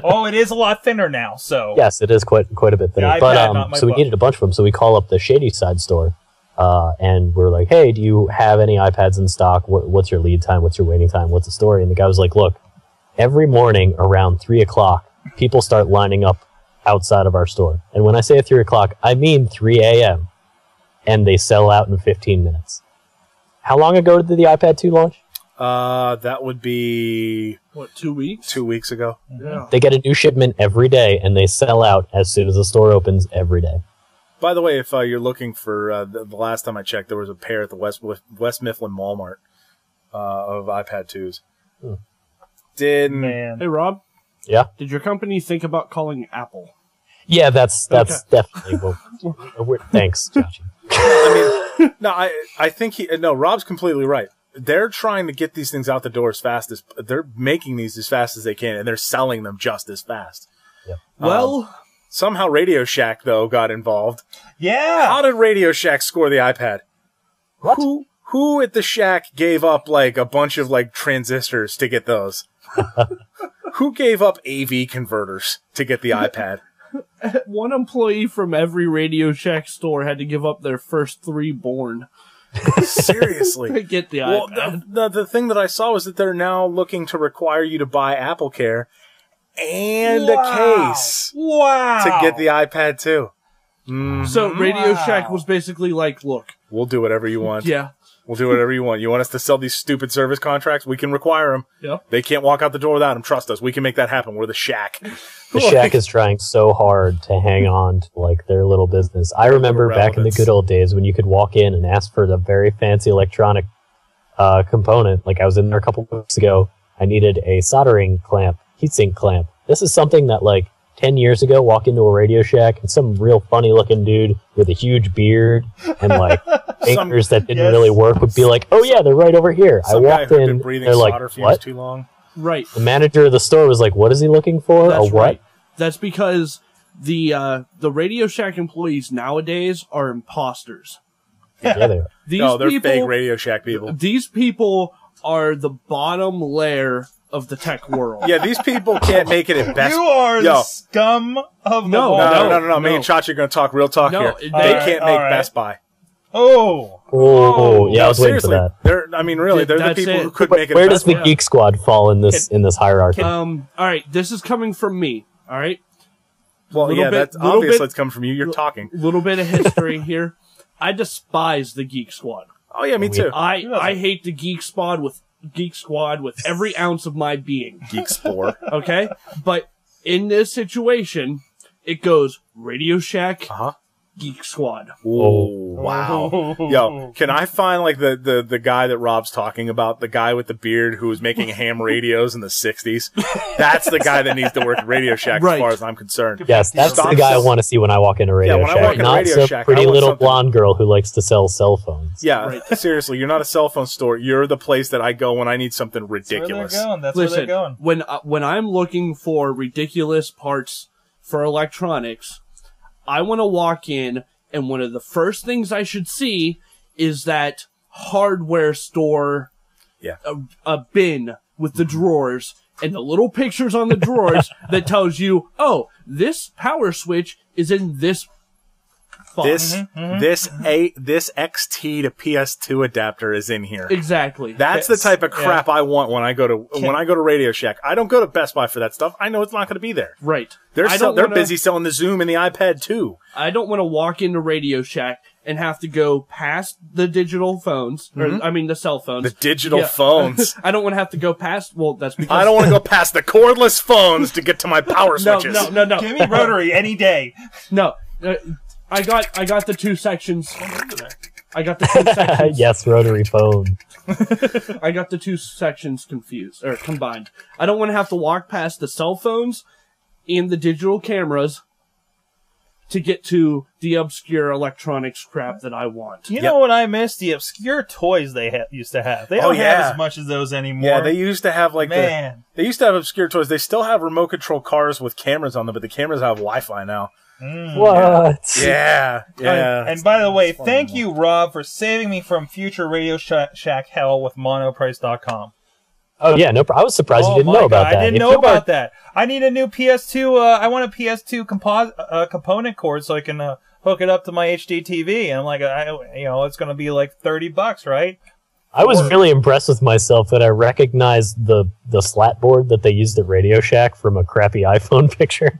oh, it is a lot thinner now. So
Yes, it is quite quite a bit thinner.
Yeah, I've
but
had
um,
not my
so we
book.
needed a bunch of them. So we call up the Shady Side store, uh, and we're like, "Hey, do you have any iPads in stock? What, what's your lead time? What's your waiting time? What's the story?" And the guy was like, "Look, every morning around three o'clock, people start lining up outside of our store. And when I say three o'clock, I mean three a.m. And they sell out in fifteen minutes. How long ago did the iPad 2 launch?
uh, that would be
What, two weeks?
two weeks ago.
Yeah.
They get a new shipment every day, and they sell out as soon as the store opens every day.
By the way, if uh, you're looking for uh, the, the last time I checked, there was a pair at the West West Mifflin Walmart uh, of iPad twos.
Hmm.
Didn't
man.
Hey, Rob,
Yeah.
did your company think about calling Apple?
Yeah, that's that's
Okay.
definitely what we're, we're- thanks, Joshie.
I mean? no, I I think he no. Rob's completely right. They're trying to get these things out the door as fast as they're making these as fast as they can, and they're selling them just as fast. Um,
Well,
Somehow, Radio Shack though got involved.
Yeah.
How did Radio Shack score the iPad?
What?
Who who at the shack gave up like a bunch of like transistors to get those? who gave up AV converters to get the iPad?
one employee from every Radio Shack store had to give up their first three born to
Seriously.
get the
Well,
iPad.
the, the, the thing that I saw was that they're now looking to require you to buy Apple Care and
Wow.
a case
Wow.
to get the iPad too. Mm-hmm.
So Radio
Wow.
Shack was basically like, look,
We'll do whatever you want.
yeah,
We'll do whatever you want. You want us to sell these stupid service contracts? We can require them.
yeah,
They can't walk out the door without them. Trust us. We can make that happen. We're the shack.
The Shack is trying so hard to hang on to like their little business. I remember back in the
relevance.
good old days when you could walk in and ask for the very fancy electronic uh, component. Like I was in there a couple weeks ago. I needed a soldering clamp, heatsink clamp. This is something that like ten years ago, walk into a Radio Shack and some real funny looking dude with a huge beard and like fingers that didn't
yes.
really work would be like, "Oh yeah, they're right over here." I
Some guy
walked
who'd
in.
been breathing
they're
solder
like,
fumes
"What?"
too long.
Right.
The manager of the store was like, "What is he looking for?
That's
a what?"
right. That's because the uh, the Radio Shack employees nowadays are imposters.
Yeah, they are.
These
no, they're
people,
fake Radio Shack people.
these people are the bottom layer of the tech world.
Yeah, these people can't make it at best.
You are
Yo.
the scum of the
No,
ball.
no, no,
no,
no, no, no. Me and
no.
Chachi are going to talk real talk
No,
here.
they-
They
Alright,
can't make
alright.
Best Buy.
Oh,
Oh, yeah, I
No,
was waiting for
seriously,
that.
They're, I mean, really, they're the
That's
people
it.
who could
But
make it.
where
at
does
Best
the
Buy.
geek squad fall in this in this hierarchy?
Um. All right. This is coming from me. All right.
Well,
little
yeah,
bit-
that's
little
obviously
bit-
it's come from you. You're talking.
Little bit of history here. I despise the Geek Squad.
Oh yeah, me
We-
too.
I
doesn't?
I hate the Geek Squad with Geek Squad with every ounce of my being.
Geek spore.
Okay, but in this situation, it goes Radio Shack,
Uh
Uh-huh.
huh.
Geek Squad.
Oh wow. Yo, can I find like the, the the guy that Rob's talking about, the guy with the beard who was making ham radios in the '60s? That's the guy that needs to work at Radio Shack,
Right.
as far as I'm concerned.
yes, that's
Stop
the guy I
sell-
want to see when I walk into Radio
when I
Shack.
walk into
Not
Radio
some
Shack, I
pretty
want
little
something-
blonde girl who likes to sell cell phones.
Yeah,
Right.
seriously, you're not a cell phone store. You're the place that I go when I need something
that's where they're
ridiculous.
going. That's where
Listen,
they're going.
when uh, when I'm looking for ridiculous parts for electronics, I want to walk in, and one of the first things I should see is that hardware store,
Yeah.
a, a bin with
Mm-hmm.
the drawers and the little pictures on the drawers that tells you, oh, this power switch is in this. Box.
This
mm-hmm,
this a this XT to PS2 adapter is in here.
exactly
That's the type of crap I want when I go to when I go to Radio Shack. I don't go to Best Buy for that stuff. I know it's not going to be there.
right.
They're
I
sell-
don't
they're
wanna-
busy selling the Zoom and the iPad too.
I don't want to walk into Radio Shack and have to go past the digital phones, or I mean the cell phones.
Mm-hmm. The digital
Yeah.
phones.
I don't want to have to go past. Well, that's because
I don't want to go past the cordless phones to get to my power
No,
switches.
no, no, no,
Give me rotary any day.
no. Uh, I got, I got the two sections. I got the two sections.
yes, rotary phone.
I got the two sections confused or combined. I don't want to have to walk past the cell phones and the digital cameras to get to the obscure electronics crap that I want.
You know what I miss? The obscure toys they ha- used to have. They
Oh,
don't
yeah.
have as much as those anymore.
Yeah, they used to have like the,
man.
they used to have obscure toys. They still have remote control cars with cameras on them, but the cameras have Wi-Fi now.
What?
Hmm. Yeah, yeah.
And by the way, thank you, Rob, for saving me from future Radio Sha- Shack hell with monoprice.com.
Oh yeah, no. pro- I was surprised you
Oh
didn't
my
know about
God,
that.
I didn't
If
know
you
about
were-
that. I need a new PS2. Uh, I want a PS2 compos- uh, component cord so I can uh, hook it up to my HD TV. And I'm like, I, you know, it's going to be like thirty bucks, right?
I was really impressed with myself that I recognized the the slat board that they used at Radio Shack from a crappy iPhone picture.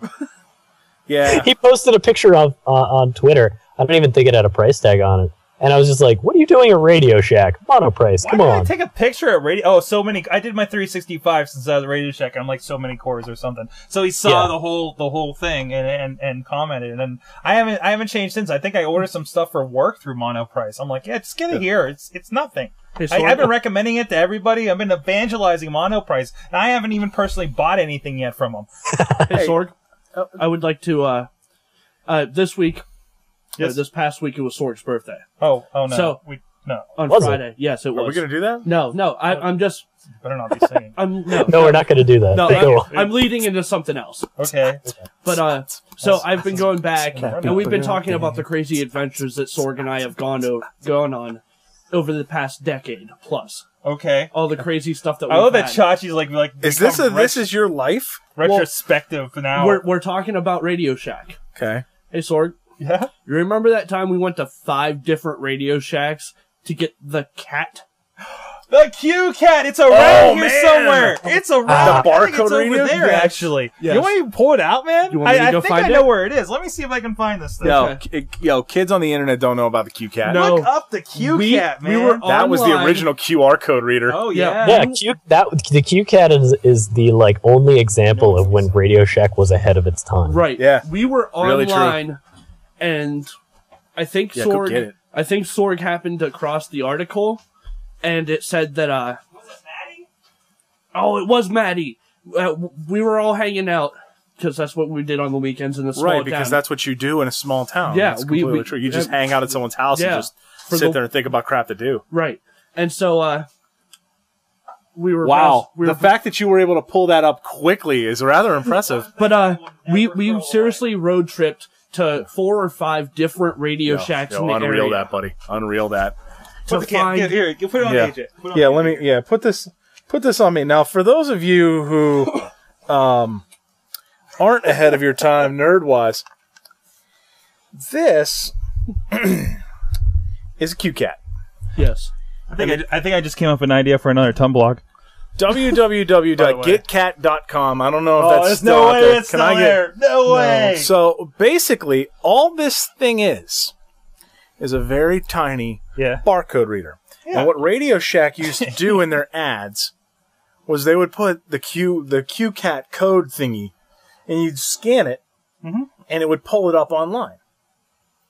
yeah.
he posted a picture of uh, on Twitter. I don't even think it had a price tag on it. And I was just like, "What are you doing at Radio Shack? Mono price, come
Why did I
on!"
take a picture at radio? Oh, so many. I did my 365 since I was at Radio Shack. I'm like so many cores or something. So he saw
Yeah.
the whole the whole thing and, and and commented. And I haven't I haven't changed since. I think I ordered some stuff for work through Mono Price. I'm like, yeah, just get it here. It's it's nothing. I,
Historical-
I've been recommending it to everybody. I've been evangelizing Mono Price, and I haven't even personally bought anything yet from them.
Hey, Sorg, I would like to. Uh, uh, this week, uh,
Yes.
this past week, it was Sorg's birthday
Oh, oh no,
So-
we no
on
Was it?
Friday. Yes, it
Are
was.
we gonna do that?
no, no, I, I'm just.
better not be singing.
I'm no.
No, we're not going to do that.
No,
Go
I,
on.
I'm leading into something else.
Okay,
But uh, so I've been going back, and we've been talking about the crazy adventures that Sorg and I have gone o- gone on over the past decade plus.
okay.
All the crazy stuff that we've
I love that
had.
Chachi's like like
Is this a
become
this
ret-
is your life?
retrospective now?
We're we're talking about Radio Shack.
Okay.
Hey Sorg,
yeah.
you remember that time we went to five different Radio Shacks to get the cat?
The Q cat, it's around
Oh,
here
man.
somewhere. It's around.
The
I think
barcode
it's over
radio?
there,
Yes.
actually.
Yes.
You want me to pull it out, man?
You want me to
I, I
go
think
find
I
it?
know where it is. Let me see if I can find this thing.
Yo,
Okay.
ki- yo, kids on the internet don't know about the Q Cat.
No.
Look up the Q
We-
cat,
we
man.
were-
That was the
Online.
original QR code reader.
oh yeah.
Yeah.
Yeah, Q, that the Q Cat is, is the like only example of when Radio Shack was ahead of its time.
Right.
Yeah.
We were
Really true.
online, and I think
Yeah, go get
Sorg.
it.
I think Sorg happened to cross the article and it said that uh oh it was Maddie uh, w- we were all hanging out because that's what we did on the weekends in the small
right, because
town.
that's what you do in a small town.
Yeah,
that's
we-
completely
we-
true. You just
yeah.
hang out at someone's house
Yeah.
and just
For
sit
the-
there and think about crap to do.
right and so uh we were
Wow,
we
the
were
fact that you were able to pull that up quickly is rather impressive.
But uh, we we seriously road tripped to four or five different Radio Shacks in the
unreal
area
that, buddy. Unreal that.
to
the can-
find.
here, here, you put it on
Yeah.
AJ. Put it on
yeah
AJ.
let me yeah put this put this on me now for those of you who um aren't ahead of your time nerd wise this is a cute cat
Yes,
I think I, ju- I think I just came up with an idea for another tum blog.
www.getcat.com i don't know
Oh,
Oh,
if that's still out there. Can I get-
No way.
so basically all this thing is is a very tiny
Yeah.
barcode reader. And what Radio Shack used to do in their ads was they would put the Q the QCat code thingy, and you'd scan it, and it would pull it up online.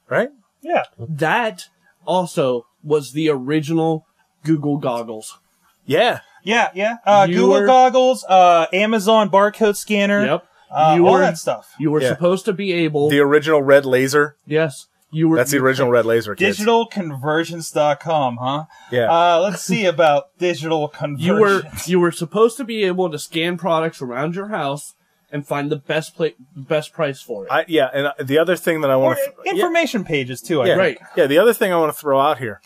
Right?
Yeah.
that also was the original Google goggles.
Yeah.
Yeah. Yeah. Uh,
You
Google
were-
goggles, uh, Amazon barcode scanner.
Yep,
Uh,
you
all
were
that stuff.
you were
Yeah.
supposed to be able.
The original Red Laser.
yes, you were.
That's the original Red Laser. Kids.
Digitalconversions.com, huh?
Yeah.
Uh, let's see about digital conversions.
You were you were supposed to be able to scan products around your house and find the best pla- best price for it.
I, yeah. And uh, the other thing that I
Or
want to
information pages too. I
yeah,
think.
Right.
Yeah. The other thing I want to throw out here,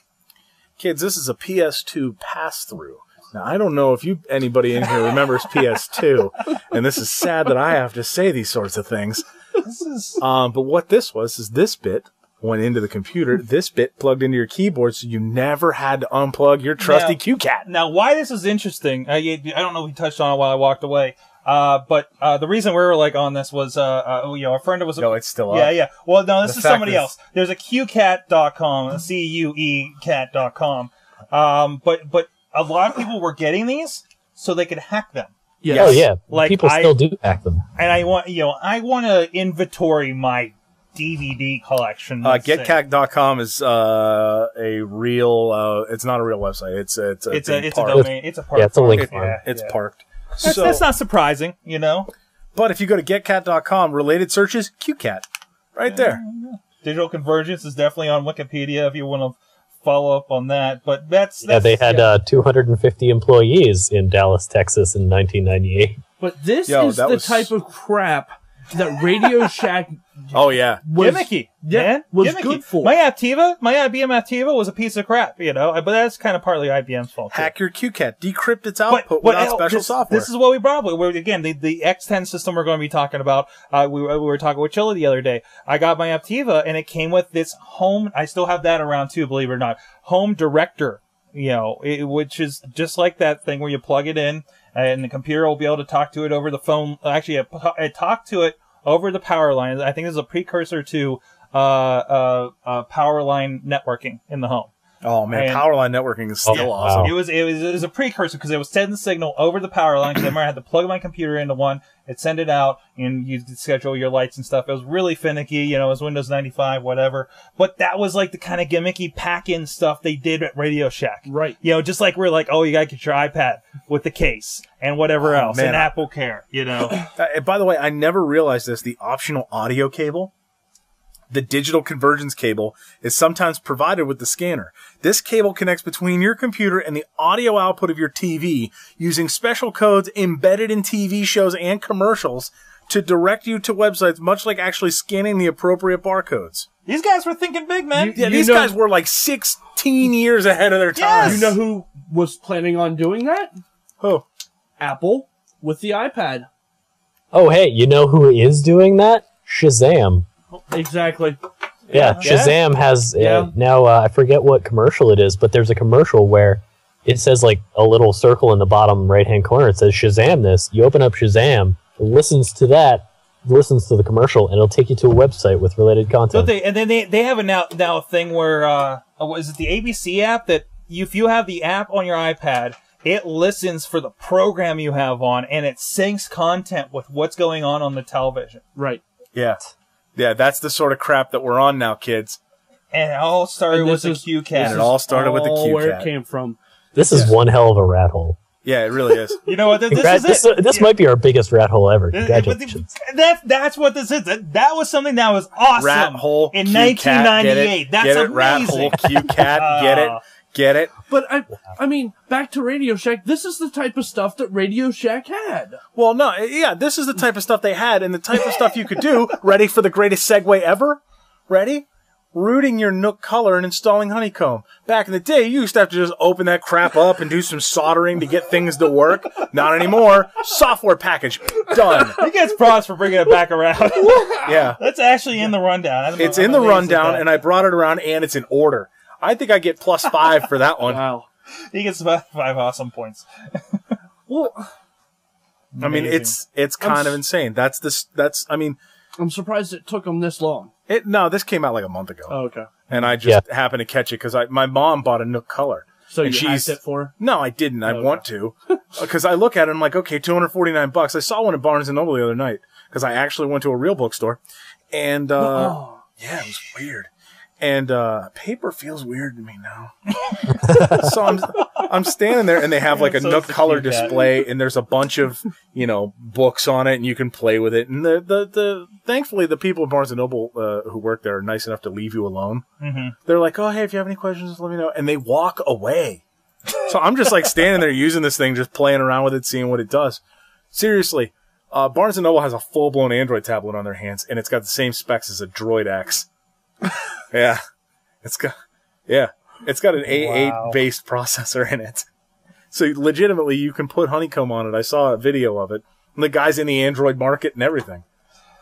kids. This is a PS2 pass through. Now I don't know if you anybody in here remembers PS2, and this is sad that I have to say these sorts of things.
This is
Um, but what this was is this bit went into the computer. This bit plugged into your keyboard, so you never had to unplug your trusty
Now-
QCat.
now why this is interesting. I, I don't know if we touched on it while I walked away. Uh, but uh, the reason we were like on this was uh, uh oh, you know, our friend was
No, it's still up.
Yeah, yeah. Well, no, this
The
is
fact
somebody
is-
else. There's a qcat.com, c u e cat.com. Um, but but a lot of people were getting these so they could hack them.
yes.
Oh yeah,
Like,
people
I-
still do hack them.
And I want you know I want to inventory my DVD collection.
Uh,
let's say.
getcac.com is uh, a real. Uh, it's not a real website. It's it's a
It's
thing
a it's a
parked.
domain. It's a part.
Yeah, it's a link
It-
farm.
it's
yeah.
parked.
That's,
so,
that's not surprising, you know.
but if you go to getcat.com, related searches QCat, right there.
Digital convergence is definitely on Wikipedia if you want to follow up on that. But that's,
Yeah,
that's
they had uh, 250 employees in Dallas, Texas, in 1998.
But this
Yo,
is
that
the
was-
type of crap that Radio Shack
Oh yeah,
was
gimmicky.
yeah,
man.
was
gimmicky.
good for.
my Aptiva, my IBM Aptiva was a piece of crap, you know. But that's kind of partly IBM's fault. too.
hack your QCat, decrypt its
But,
output
but
without
hell,
special
this,
software.
This is what we probably were again the, the X10 system we're going to be talking about. Uh, we, were- we were talking with Chilla the other day. I got my Aptiva and it came with this home. I still have that around too, believe it or not. Home director, you know, it, which is just like that thing where you plug it in and the computer will be able to talk to it over the phone. Actually, it, it talked to it over the power line. I think this is a precursor to uh, uh, uh, power line networking in the home.
oh man,
and-
Powerline networking is still
Oh,
awesome.
wow.
It was, it was it was a precursor because it was sending signal over the power line. Because I remember I had to plug my computer into one, it send it out, and you could schedule your lights and stuff. It was really finicky, you know. It was Windows ninety five, whatever. But that was like the kind of gimmicky pack in stuff they did at Radio Shack,
Right.
You know, just like we're like, oh, you gotta get your iPad with the case and whatever else,
man,
and
I-
Apple Care, you know.
Uh, and by the way, I never realized this. The optional audio cable, the digital convergence cable, is sometimes provided with the scanner. This cable connects between your computer and the audio output of your TV using special codes embedded in TV shows and commercials to direct you to websites, much like actually scanning the appropriate barcodes.
These guys were thinking big, man.
Yeah,
You
these
know-
guys were like 16 years ahead of their time.
Yes!
You know who was planning on doing that?
Oh,
Apple with the iPad.
Oh hey, you know who is doing that? Shazam.
Exactly.
Yeah.
Yeah, Shazam has uh,
Yeah.
now. Uh, I forget what commercial it is, but there's a commercial where it says like a little circle in the bottom right hand corner. It says Shazam this. You open up Shazam, it listens to that, listens to the commercial, and it'll take you to a website with related
Don't
content.
they? And then they, they have a now now a thing where uh, oh, what is it the ABC app that you, if you have the app on your iPad, it listens for the program you have on and it syncs content with what's going on on the television.
Right.
yeah. Yeah, that's the sort of crap that we're on now, kids.
And it all started
And
with
this
the
is-
QCat.
this
And it all started with the
all
Q
Where
cat.
it came from.
This is one hell of a rat hole.
Yeah, it really is.
You know what? This,
Congrats-
this is
this uh,
it.
this
Yeah.
might be our biggest rat hole ever.
This- but the-
Congratulations.
That's that's what this is. That, that was something that was awesome
Rat hole
in
cute Cat,
1998.
get it?
That's
get it? Rat
amazing.
hole cute cat. Get it? Get it?
But I, I mean, back to Radio Shack. This is the type of stuff that Radio Shack had.
Well, no, yeah, this is the type of stuff they had and the type of stuff you could do. Ready for the greatest segue ever? Ready? Rooting your Nook color and installing honeycomb. Back in the day, you used to have to just open that crap up and do some soldering to get things to work. Not anymore. Software package. Done.
He gets props for bringing it back around.
Yeah.
That's actually in the rundown. I'm-
It's
I'm
in the
amazed at
rundown
that.
and I brought it around and it's in order. I think I get plus five for that one.
Wow.
he gets five, five awesome points.
Well,
I mean,
Amazing.
it's, it's kind of insane. That's this, that's, I mean,
I'm surprised it took them this long.
it, no, this came out like a month ago.
Oh, okay.
and I just happened to catch it because I my mom bought a Nook color.
So
and
you hacked it for? her?
No, I didn't. I
Okay.
want to because I look at it. and I'm like, okay, 249 bucks. I saw one at Barnes and Noble the other night because I actually went to a real bookstore, and uh,
oh,
yeah, it was weird. And uh, paper feels weird to me now. so I'm I'm standing there, and they have like a
So
Nook
it's a
color
cute cat.
display, and there's a bunch of you know books on it, and you can play with it. And the the, the thankfully the people at Barnes and Noble uh, who work there are nice enough to leave you alone.
Mm-hmm.
They're like, oh hey, if you have any questions, just let me know, and they walk away. so I'm just like standing there using this thing, just playing around with it, seeing what it does. Seriously. Uh, Barnes and Noble has a full blown Android tablet on their hands, and it's got the same specs as a Droid X. Yeah. It's got yeah. It's got an A8
Wow.
based processor in it. So legitimately you can put honeycomb on it. I saw a video of it. And the guy's in the Android market and everything.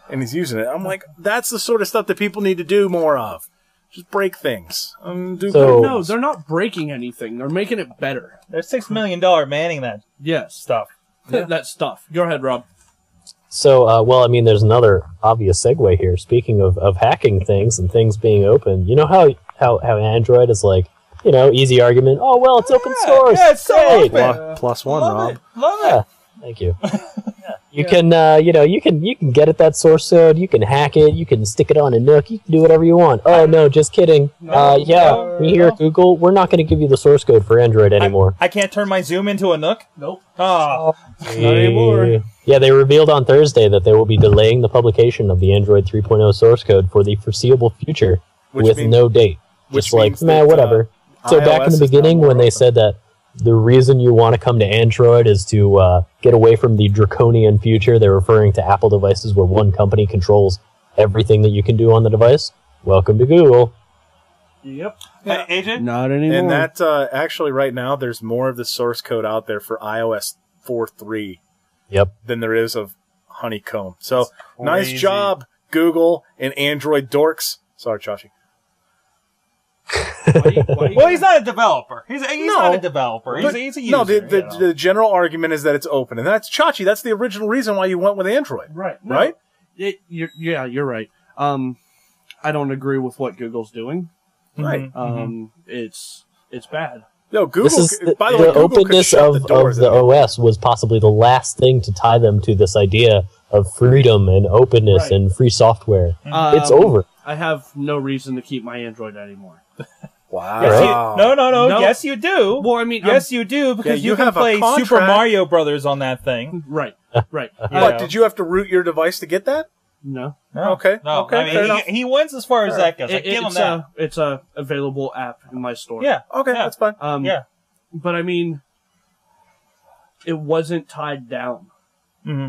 And he's using it. I'm like, that's the sort of stuff that people need to do more of. Just break things. Um, do good
So-
no, Oh, they're not breaking anything. They're making it better.
There's six million dollar manning that
Yes,
stuff.
that, that stuff. Go ahead, Rob.
So, uh, well, I mean, there's another obvious segue here. Speaking of, of hacking things and things being open, you know how, how, how Android is like, you know, easy argument. Oh, well, it's open source.
yeah, it's so
Great.
open.
Plus- plus one,
Love
Rob.
it. Love it.
Yeah. Thank you. You can, uh, you know, you can you can get at that source code. You can hack it. You can stick it on a Nook. You can do whatever you want. Oh no, just kidding. uh, yeah,
no,
we here at
no.
Google, we're not going to give you the source code for Android anymore.
I can't turn my zoom into a nook.
Nope.
Oh,
Not anymore. Yeah, they revealed on Thursday that they will be delaying the publication of the Android 3.0 source code for the foreseeable future
Which
with
means-
no date.
which
Just like,
means that,
nah,
uh,
whatever. so back
iOS
in the
is now
beginning
more
when they
open.
said that the reason you want to come to Android is to uh, get away from the draconian future, they're referring to Apple devices where one company controls everything that you can do on the device. Welcome to Google.
Yep.
Hey, AJ.
Not anymore.
And that uh, actually right now there's more of the source code out there for iOS 4.3
Yep.
than there is of honeycomb. So nice
crazy.
job, Google and Android dorks. Sorry, Chashi.
Why you- why you-
Well, he's not a developer. He's, he's
No,
not a developer. He's,
But-
he's a user.
no, the, the,
you know.
the general argument is that it's open, and that's Chachi. That's the original reason why you went with Android,
right. no.
right?
It- you're, yeah, you're right. Um, I don't agree with what Google's doing.
Mm-hmm.
Right.
Um, it's it's bad.
No, Google.
this is
by the,
the
way, Google could
openness
shut
of,
the
of
doors.
the OS was possibly the last thing to tie them to this idea of freedom and openness
Right.
and free software.
Um,
it's over.
I have no reason to keep my Android anymore.
Yes, you-
wow.
no, no, no,
No.
Yes, you do.
Well, I mean, I'm-
yes, you do because
um, you
you, can
have a
play Super
contract.
Mario Brothers on that thing.
right, right.
But
Yeah.
did you have to root your device to get that?
No,
No.
Okay,
No,
okay,
I mean,
fair
he-
enough.
he, wins as far as that goes. I
It-
give him
it's
that.
a it's a available app in my store.
yeah.
Okay,
Yeah. Uh,
that's fine.
Um,
Yeah.
But I mean, it wasn't tied down,
hmm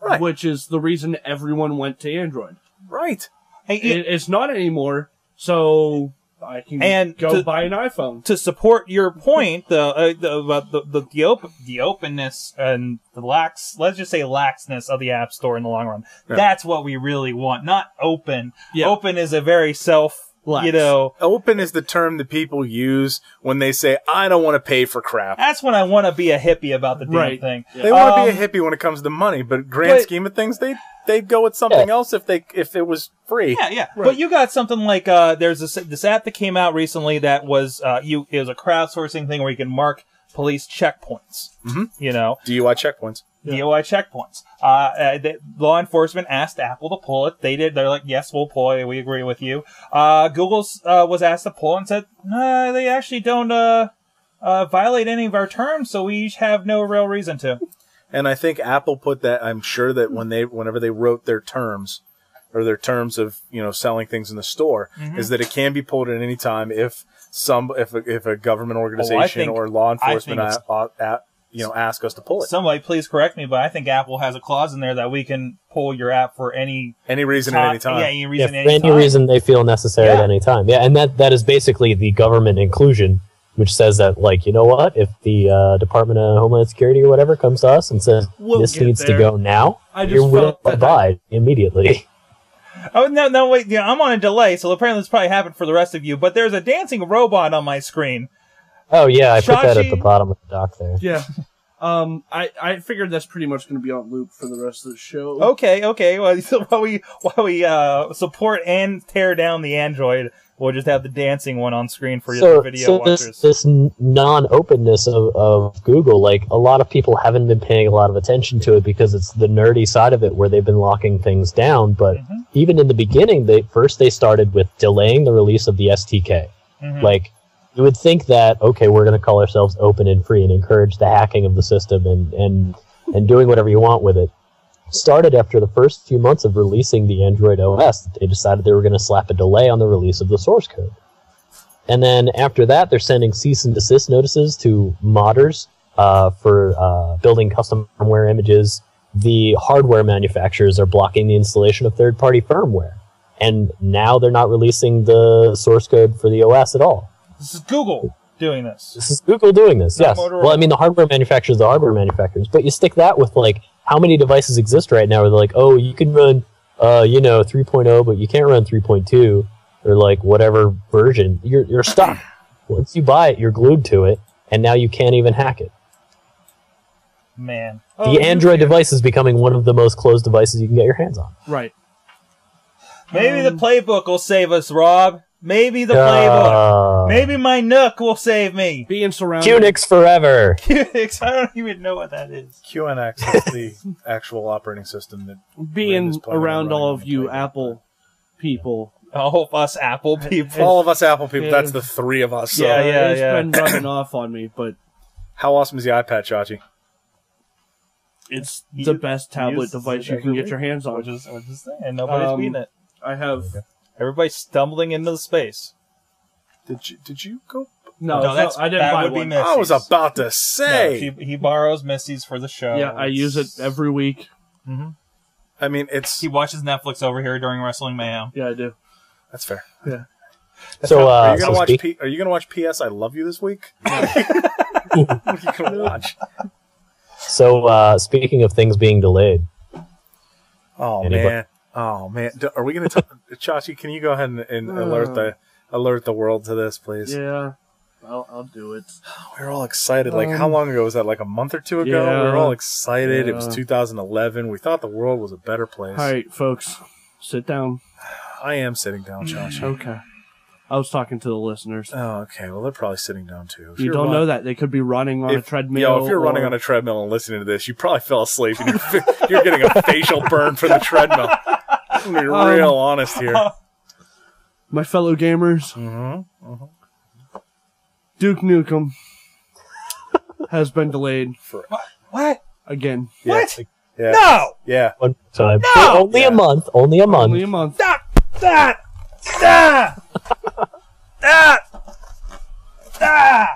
Right.
which is the reason everyone went to Android.
Right.
Hey, you-
It, it's not anymore, so I can
And
go
to-
buy an iPhone.
to support your point, the uh, the, about the the the, op- the openness and the lax, let's just say laxness of the App Store in the long run.
Yeah.
That's what we really want, not open.
Yeah.
Open is a very self,
Lax.
you know.
Open is the term that people use when they say, "I don't want to pay for crap."
That's when I want to be a hippie about the damn
Right.
thing.
They want to
Um,
be a hippie when it comes to money, but grand
but-
scheme of things, they they'd go with something else if they if it was free.
Yeah, yeah.
Right.
But you got something like uh, there's this this app that came out recently that was uh, you it was a crowdsourcing thing where you can mark police checkpoints.
Mhm.
You know,
DUI checkpoints.
DOI checkpoints. Uh, uh, they, law enforcement asked Apple to pull it. They did. They're like, yes, we'll pull it. We agree with you. Uh, Google uh, was asked to pull it and said, no, they actually don't. Uh, uh, violate any of our terms, so we have no real reason to.
And I think Apple put that. I'm sure that when they, whenever they wrote their terms, or their terms of you know selling things in the store,
Mm-hmm.
is that it can be pulled at any time if some if a, if a government organization
Oh, think-
or law
I think
enforcement
it's-
a, a, a- you know ask us to pull it.
Somebody please correct me, but I think Apple has a clause in there that we can pull your app for any
any reason at any time.
Yeah, any
Yeah,
reason.
for
any
any
time.
reason they feel necessary
Yeah.
at any time. Yeah, and that, that is basically the government inclusion, which says that, like, you know what? If the uh, Department of Homeland Security or whatever comes to us and says
We'll
this
get
needs
there."
to go now,
I just
you're willing
felt
to
that-
abide immediately.
Oh no, no wait, yeah, I'm on a delay, so apparently this probably happened for the rest of you. But there's a dancing robot on my screen.
Oh yeah, I put that at the
Shashi-
bottom of the dock there.
Yeah. Um, I, I figured that's pretty much going to be on loop for the rest of the show.
Okay, okay. Well, so while we while we uh, support and tear down the Android, we'll just have the dancing one on screen for your
So,
video
so
watchers.
this this n- non-openness of, of Google, like a lot of people haven't been paying a lot of attention to it because it's the nerdy side of it where they've been locking things down. But
Mhm.
even in the beginning, they first they started with delaying the release of the STK.
Mhm.
Like you would think that okay, we're going to call ourselves open and free and encourage the hacking of the system and and and doing whatever you want with it. Started after the first few months of releasing the Android OS, they decided they were going to slap a delay on the release of the source code. And then after that, they're sending cease and desist notices to modders uh, for uh, building custom firmware images. The hardware manufacturers are blocking the installation of third party firmware. And now they're not releasing the source code for the OS at all.
This is Google doing this.
This is Google doing this,
Not
yes.
Motorola.
Well, I mean, the hardware manufacturers, the hardware manufacturers, but you stick that with like how many devices exist right now where they're like, oh, you can run, uh, you know, 3.0, but you can't run 3.2 or like whatever version. You're, you're stuck. Once you buy it, you're glued to it, and now you can't even hack it.
Man,
Oh,
the
you-
Android device is becoming one of the most closed devices you can get your hands on.
Right.
maybe
Um,
the playbook will save us, Rob. Maybe the playbook.
Uh,
Maybe my Nook will save me.
Being surrounded.
Unix forever.
Cunix, I don't even know what that is.
QNX is the actual operating system that
being
Randy's planning on
around all
running
of
the
you
playbook.
Apple people.
Oh, us Apple people.
all of us Apple people.
Yeah.
That's the three of us. So
Yeah, yeah,
Uh, it's
yeah.
been rubbing off on me, but
How awesome is the iPad, Chachi?
it's
You-
the best tablet
use
device
it
you can
every
get your hands
Which
on.
is, which is the thing, and nobody's
Um,
beating it.
I have
Everybody's stumbling into the space.
Did you did you go?
no,
No,
so
that's-
I didn't
that
buy
would be
one.
missed. Yes,
I was
he's-
about to
No,
say.
he, he borrows Missy's for the show.
Yeah, I use it every week.
Mhm.
I mean, it's
He watches Netflix over here during Wrestling Mayhem.
Yeah, I do.
that's fair.
So,
Are
uh,
you
so
gonna watch?
speak-
P- are you gonna watch PS? I love you this week. what are you gonna watch?
so uh, speaking of things being delayed,
Oh
Anybody-
man. Oh man. D- Are we gonna talk? Chachi, can you go ahead and, and
Uh.
alert the alert the world to this, please?
Yeah, I'll, I'll do it.
We were all excited. Like
Um,
how long ago was that? Like a month or two ago. We
yeah.
were all excited. It was
Yeah.
2011. We thought the world was a better place.
All right, folks, sit down.
I am sitting down, Chachi.
Okay. I was talking to the listeners.
Oh, okay. Well, they're probably sitting down too. If
You
you're
don't
run-
know that they could be running on a
If,
treadmill.
yo, if you're running
or-
on a treadmill and listening to this, you probably fell asleep and you're, fa- you're getting a facial burn from the treadmill. I'm gonna be
Um,
real honest here.
my fellow gamers,
Mhm.
Duke Nukem has been delayed
What?
again.
Yeah,
What?
Yeah.
No!
Yeah.
one time,
No!
only a month, only a month.
Only a month.
Stop! That! That! That! That!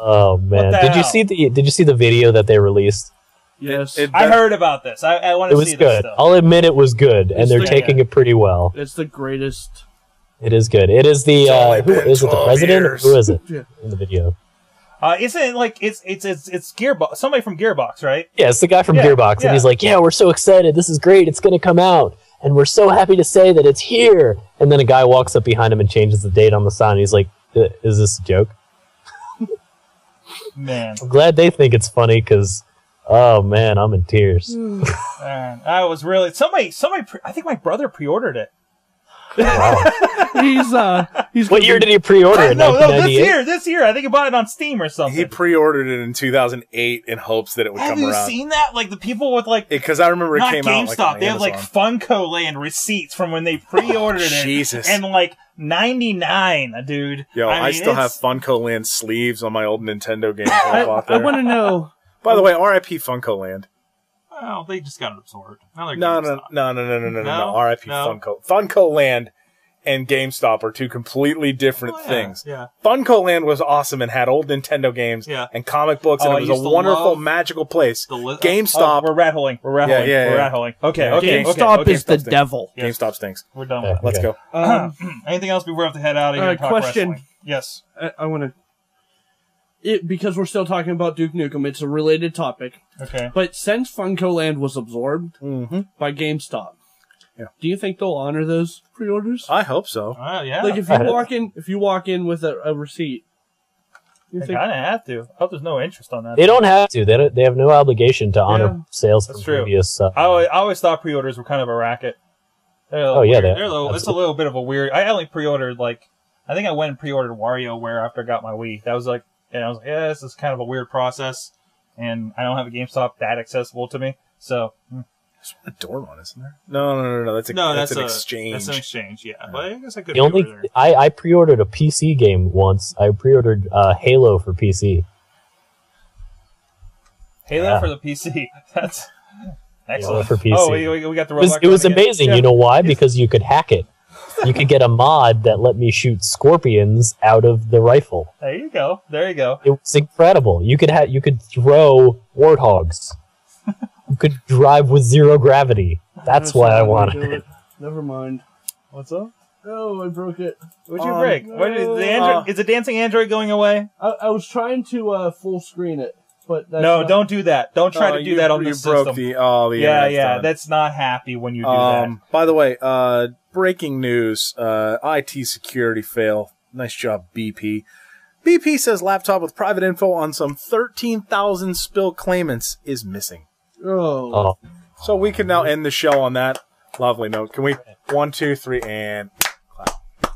Oh man!
the
Did you
hell?
see the Did you see the video that they released?
Yes.
It-
I heard about this. I, I want
It
to
was
see this
good.
stuff.
I'll admit it was good, and
It's
they're
the-
taking it pretty well.
it's the greatest.
It is good. It is the uh, who is it? The
12
president? Or
years.
who is it
Yeah.
in the video?
Uh, isn't it like it's it's it's it's Gearbox? Somebody from Gearbox, right?
Yeah, it's the guy from
Yeah,
Gearbox,
yeah.
and he's like, "Yeah, we're so excited. This is great. It's going to come out, and we're so happy to say that it's here." And then a guy walks up behind him and changes the date on the sign. And he's like, "I- "Is this a joke?"
Man,
I'm glad they think it's funny because, oh man, I'm in tears.
man, I was really somebody somebody. Pre- I think my brother pre-ordered it.
Wow.
He's uh he's
what year did he pre-order? in
no, no, this
1998?
year, this year. I think he bought it on Steam or something.
He pre-ordered it in 2008 in hopes that it would
Have
come
you
around.
seen that? Like the people with like
Because I remember it
not
came
GameStop.
out like on
they have like
Amazon.
Funko laying receipts from when they pre-ordered it,
Jesus.
and like ninety nine, dude.
Yo, I,
mean,
still have
it's-
Funko Land sleeves on my old Nintendo games that I bought
I
there.
want to know
By the way, R.I.P. Funko Land.
Well, they just got absorbed. Now they're
No, no,
GameStop.
no, no, no, no, no, no.
No?
no. R.I.P.
No.
Funko. Funko Land and GameStop are two completely different
Oh, yeah,
things.
Yeah.
Funko Land was awesome and had old Nintendo games
Yeah.
and comic books,
Oh,
and
I
it was
used
a
to
wonderful,
love
magical place.
The li-
GameStop.
Oh, we're rat holing. We're rat
Yeah,
holing.
yeah,
we're
yeah.
rat holing. Okay,
Yeah,
okay, okay.
GameStop
okay,
is the
stop there.
devil.
yeah.
GameStop stinks.
We're done
Okay.
with
Let's go.
Um,
it. Anything else before we have to head out of here?
Uh,
and talk
question.
wrestling? Yes.
I, I want to it because we're still talking about Duke Nukem. It's a related topic,
Okay.
but since Funko Land was absorbed
Mm-hmm.
by GameStop,
Yeah.
do you think they'll honor those pre-orders?
I hope so.
Uh, yeah.
like if you walk in, if you walk in with a, a receipt, you
they
think
kind of have to. I hope there's no interest on that.
They don't have to. They, don't, they have no obligation to honor
Yeah.
sales
That's
from
true.
previous. Uh,
I always, I always thought pre-orders were kind of a racket. They're a
Oh, yeah,
weird-
they-
they're a little, it's a
absolutely.
little bit of a weird. I only pre-ordered like I think I went and pre-ordered WarioWare after I got my Wii. That was like, and I was like, yeah, this is kind of a weird process, and I don't have a GameStop that accessible to me. So
There's one dorm on, isn't there? No, no, no, no. That's, a,
no, that's,
an
a-
exchange.
That's an exchange, yeah. But I guess I could
the only
pre-order.
I, I pre-ordered a PC game once. I pre-ordered uh, Halo for PC.
Halo
Yeah.
for the PC. That's
Halo
excellent.
for PC.
Oh, we, we we got the
It was,
Roblox
it was
one again.
amazing.
Yeah.
You know why? Because you could hack it. You could get a mod that let me shoot scorpions out of the rifle.
There you go. There you go.
It was incredible. You could ha- you could throw warthogs. you could drive with zero gravity. That's why I wanted it.
Never mind.
What's up?
Oh, I broke it.
What'd you
Um,
break? What is the android?
uh,
is the dancing android going away?
I, I was trying to uh, full screen it, but that's
no,
not-
don't do that. Don't try
Oh,
to do
you-
that on
you
the
broke
system.
the oh the
yeah,
internet's
yeah,
done.
that's not happy when you do
um, by the way, uh, breaking news: uh, IT security fail. Nice job, BP. BP says laptop with private info on some thirteen thousand spill claimants is missing.
Oh,
Oh,
So we can now end the show on that lovely note. Can we? One, two, three, and
okay.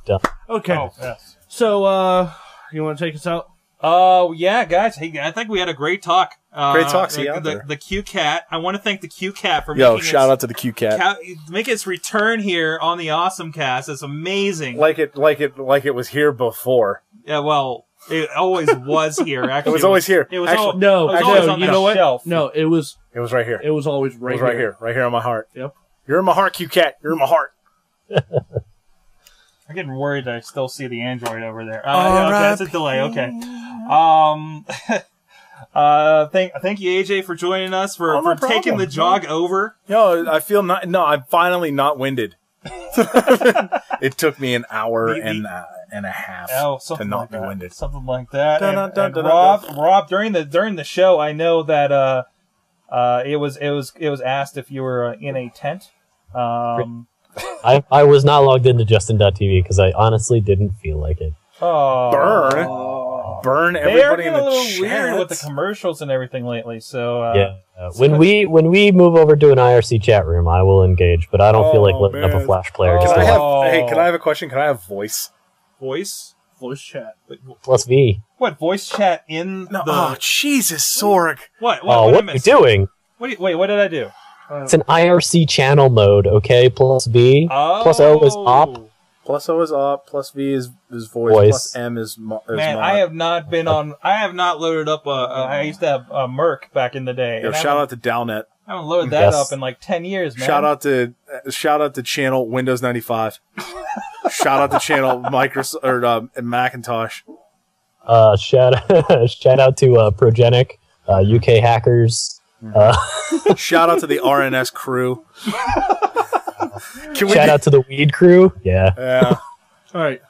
that. Oh, yes.
So, uh, you want to take us out?
Oh, yeah, guys. Hey, I think we had a great talk. Uh,
Great talk, see
The,
you out
the,
there.
the Q Cat. I want to thank the Q Cat for
yo!
making
Shout
its,
out to the Q Cat.
Ca- make its return here on the Awesome Cast. It's amazing.
Like it, like it, like it was here before.
yeah, well, it always was here. Actually,
It was always here.
It was
Actually-
al-
No,
it was
actually,
always
no,
on
you
that
know what?
shelf.
No, it was
It was right here. It
it was always
was
right,
right here, right here on my heart.
Yep.
You're in my heart, Q Cat. You're in my heart.
I'm getting worried that I still see the Android over there. Uh,
All
yeah, okay,
right.
that's a delay. Okay. Um, uh, thank, thank you, AJ, for joining us, for,
Oh,
for
no
taking
problem.
the jog over.
No, I feel not. No, I'm finally not winded. it took me an hour
The- the-
and uh, and a half
Oh,
to
something
not
like
be
that.
winded.
Something like that.
Dun,
And-
dun, dun,
and
dun, dun,
Rob, Rob, during the during the show, I know that uh, uh, it was it was it was asked if you were uh, in a tent. Um,
I, I was not logged into Justin.tv because I honestly didn't feel like it.
oh,
Burn, burn
They are Oh. getting
everybody in
a
the
little
chat.
weird with the commercials and everything lately. So uh,
yeah. Uh, when we when we move over to an IRC chat room, I will engage, but I don't feel like
Oh,
letting up a
man.
flash player.
Oh.
can I
still.
have?
Oh.
Hey, can I have a question? Can I have voice?
voice.
voice chat.
Plus V.
What voice chat in
No.
the
oh, Jesus, Sorg.
what? What,
Oh,
what,
what
did I
are you
miss?
doing?
What do you- wait, what did I do?
It's an IRC channel mode, okay? Plus B.
Oh,
Plus O is op.
Plus O is up. Plus V is is voice.
Voice.
Plus M is, mo- is
Man,
mod.
I have not been on. I have not loaded up. a- a- I used to have a Merc back in the day.
Yo,
and I
shout
haven't-
out to Downet.
I haven't loaded that
Yes.
up in like ten years, man.
Shout out to uh, shout out to channel Windows ninety five. shout out to channel Microsoft or uh, Macintosh.
Uh, shout shout out to uh, Progenic, uh, UK hackers. Uh,
Shout out to the RNS crew. Can we?
shout out to the Weed Crew. Yeah.
Yeah.
All right,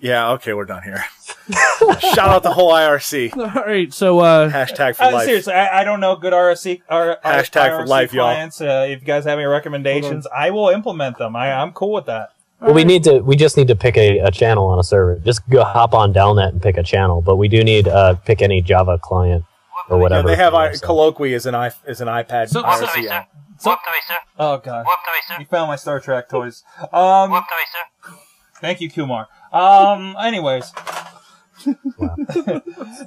yeah. Okay, we're done here. Shout out the whole IRC.
all right. So, uh,
Hashtag for
Uh,
life.
seriously, I, I don't know good RSC or
Hashtag for life, y'all.
clients. Uh, if you guys have any recommendations, I will implement them. I, I'm cool with that.
Well, we need to. We just need to pick a, a channel on a server. Just go hop on Dalnet and pick a channel. But we do need uh, pick any Java client or
Yeah,
whatever.
uh,
they have I-
So-
colloquy is an i is an iPad
So,
IRC app.
So,
Walk the way, sir.
oh god,
Walk the way, sir.
you found my Star Trek toys. Um,
Walk the way, sir.
thank you, Kumar. Um, anyways,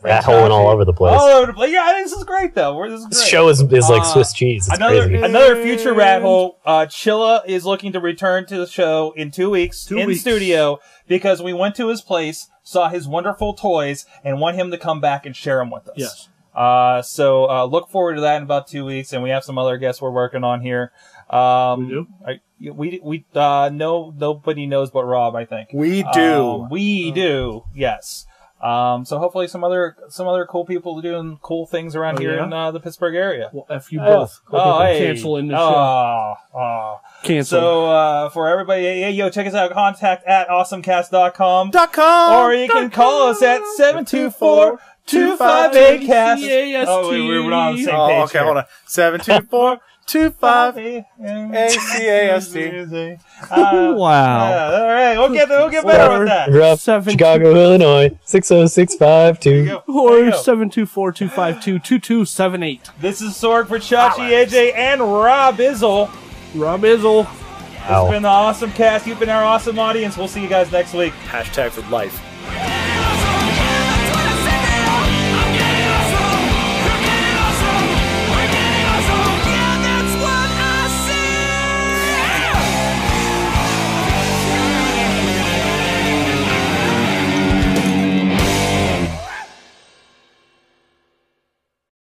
Rat holing all over the place.
all over the place. Yeah, this is great though. We're, this is
this
great.
show is, is like
Uh,
Swiss cheese. It's
another
crazy.
another future rat hole. Uh, Chilla is looking to return to the show in two weeks
Two
in
weeks.
studio because we went to his place, saw his wonderful toys, and want him to come back and share them with us.
Yes.
Uh, so uh, look forward to that in about two weeks, and we have some other guests we're working on here. Um,
We do?
I- we we uh, no nobody knows but Rob, I think.
We do.
Um,
Hmm.
we do. Yes. Um, so hopefully some other some other cool people doing cool things around
Oh,
here
yeah?
in uh, the Pittsburgh area.
Well, F you
Oh.
both.
Oh, hey.
Canceling the
Oh, oh.
show. Cancel.
So uh, for everybody, yeah, yeah, yo, check us out. Contact at awesomecast.com.
Dot com.
Or you can call us at 724 258 cast.
CAST.
Oh, wait, we're not on the same
Oh,
page.
okay, hold on. Seven two four two five A C A S T.
Uh,
Wow.
uh, all right, we'll get we'll get better with that. There
Rough,
Seven-
Chicago, Illinois,
you
60652.
go. There
Or
you go.
724 252 2278.
This is Sorg for Chachi, AJ, and Rob Izzle.
Rob Izzle.
It's been the awesome cast. You've been our awesome audience. We'll see you guys next week.
Hashtag for life.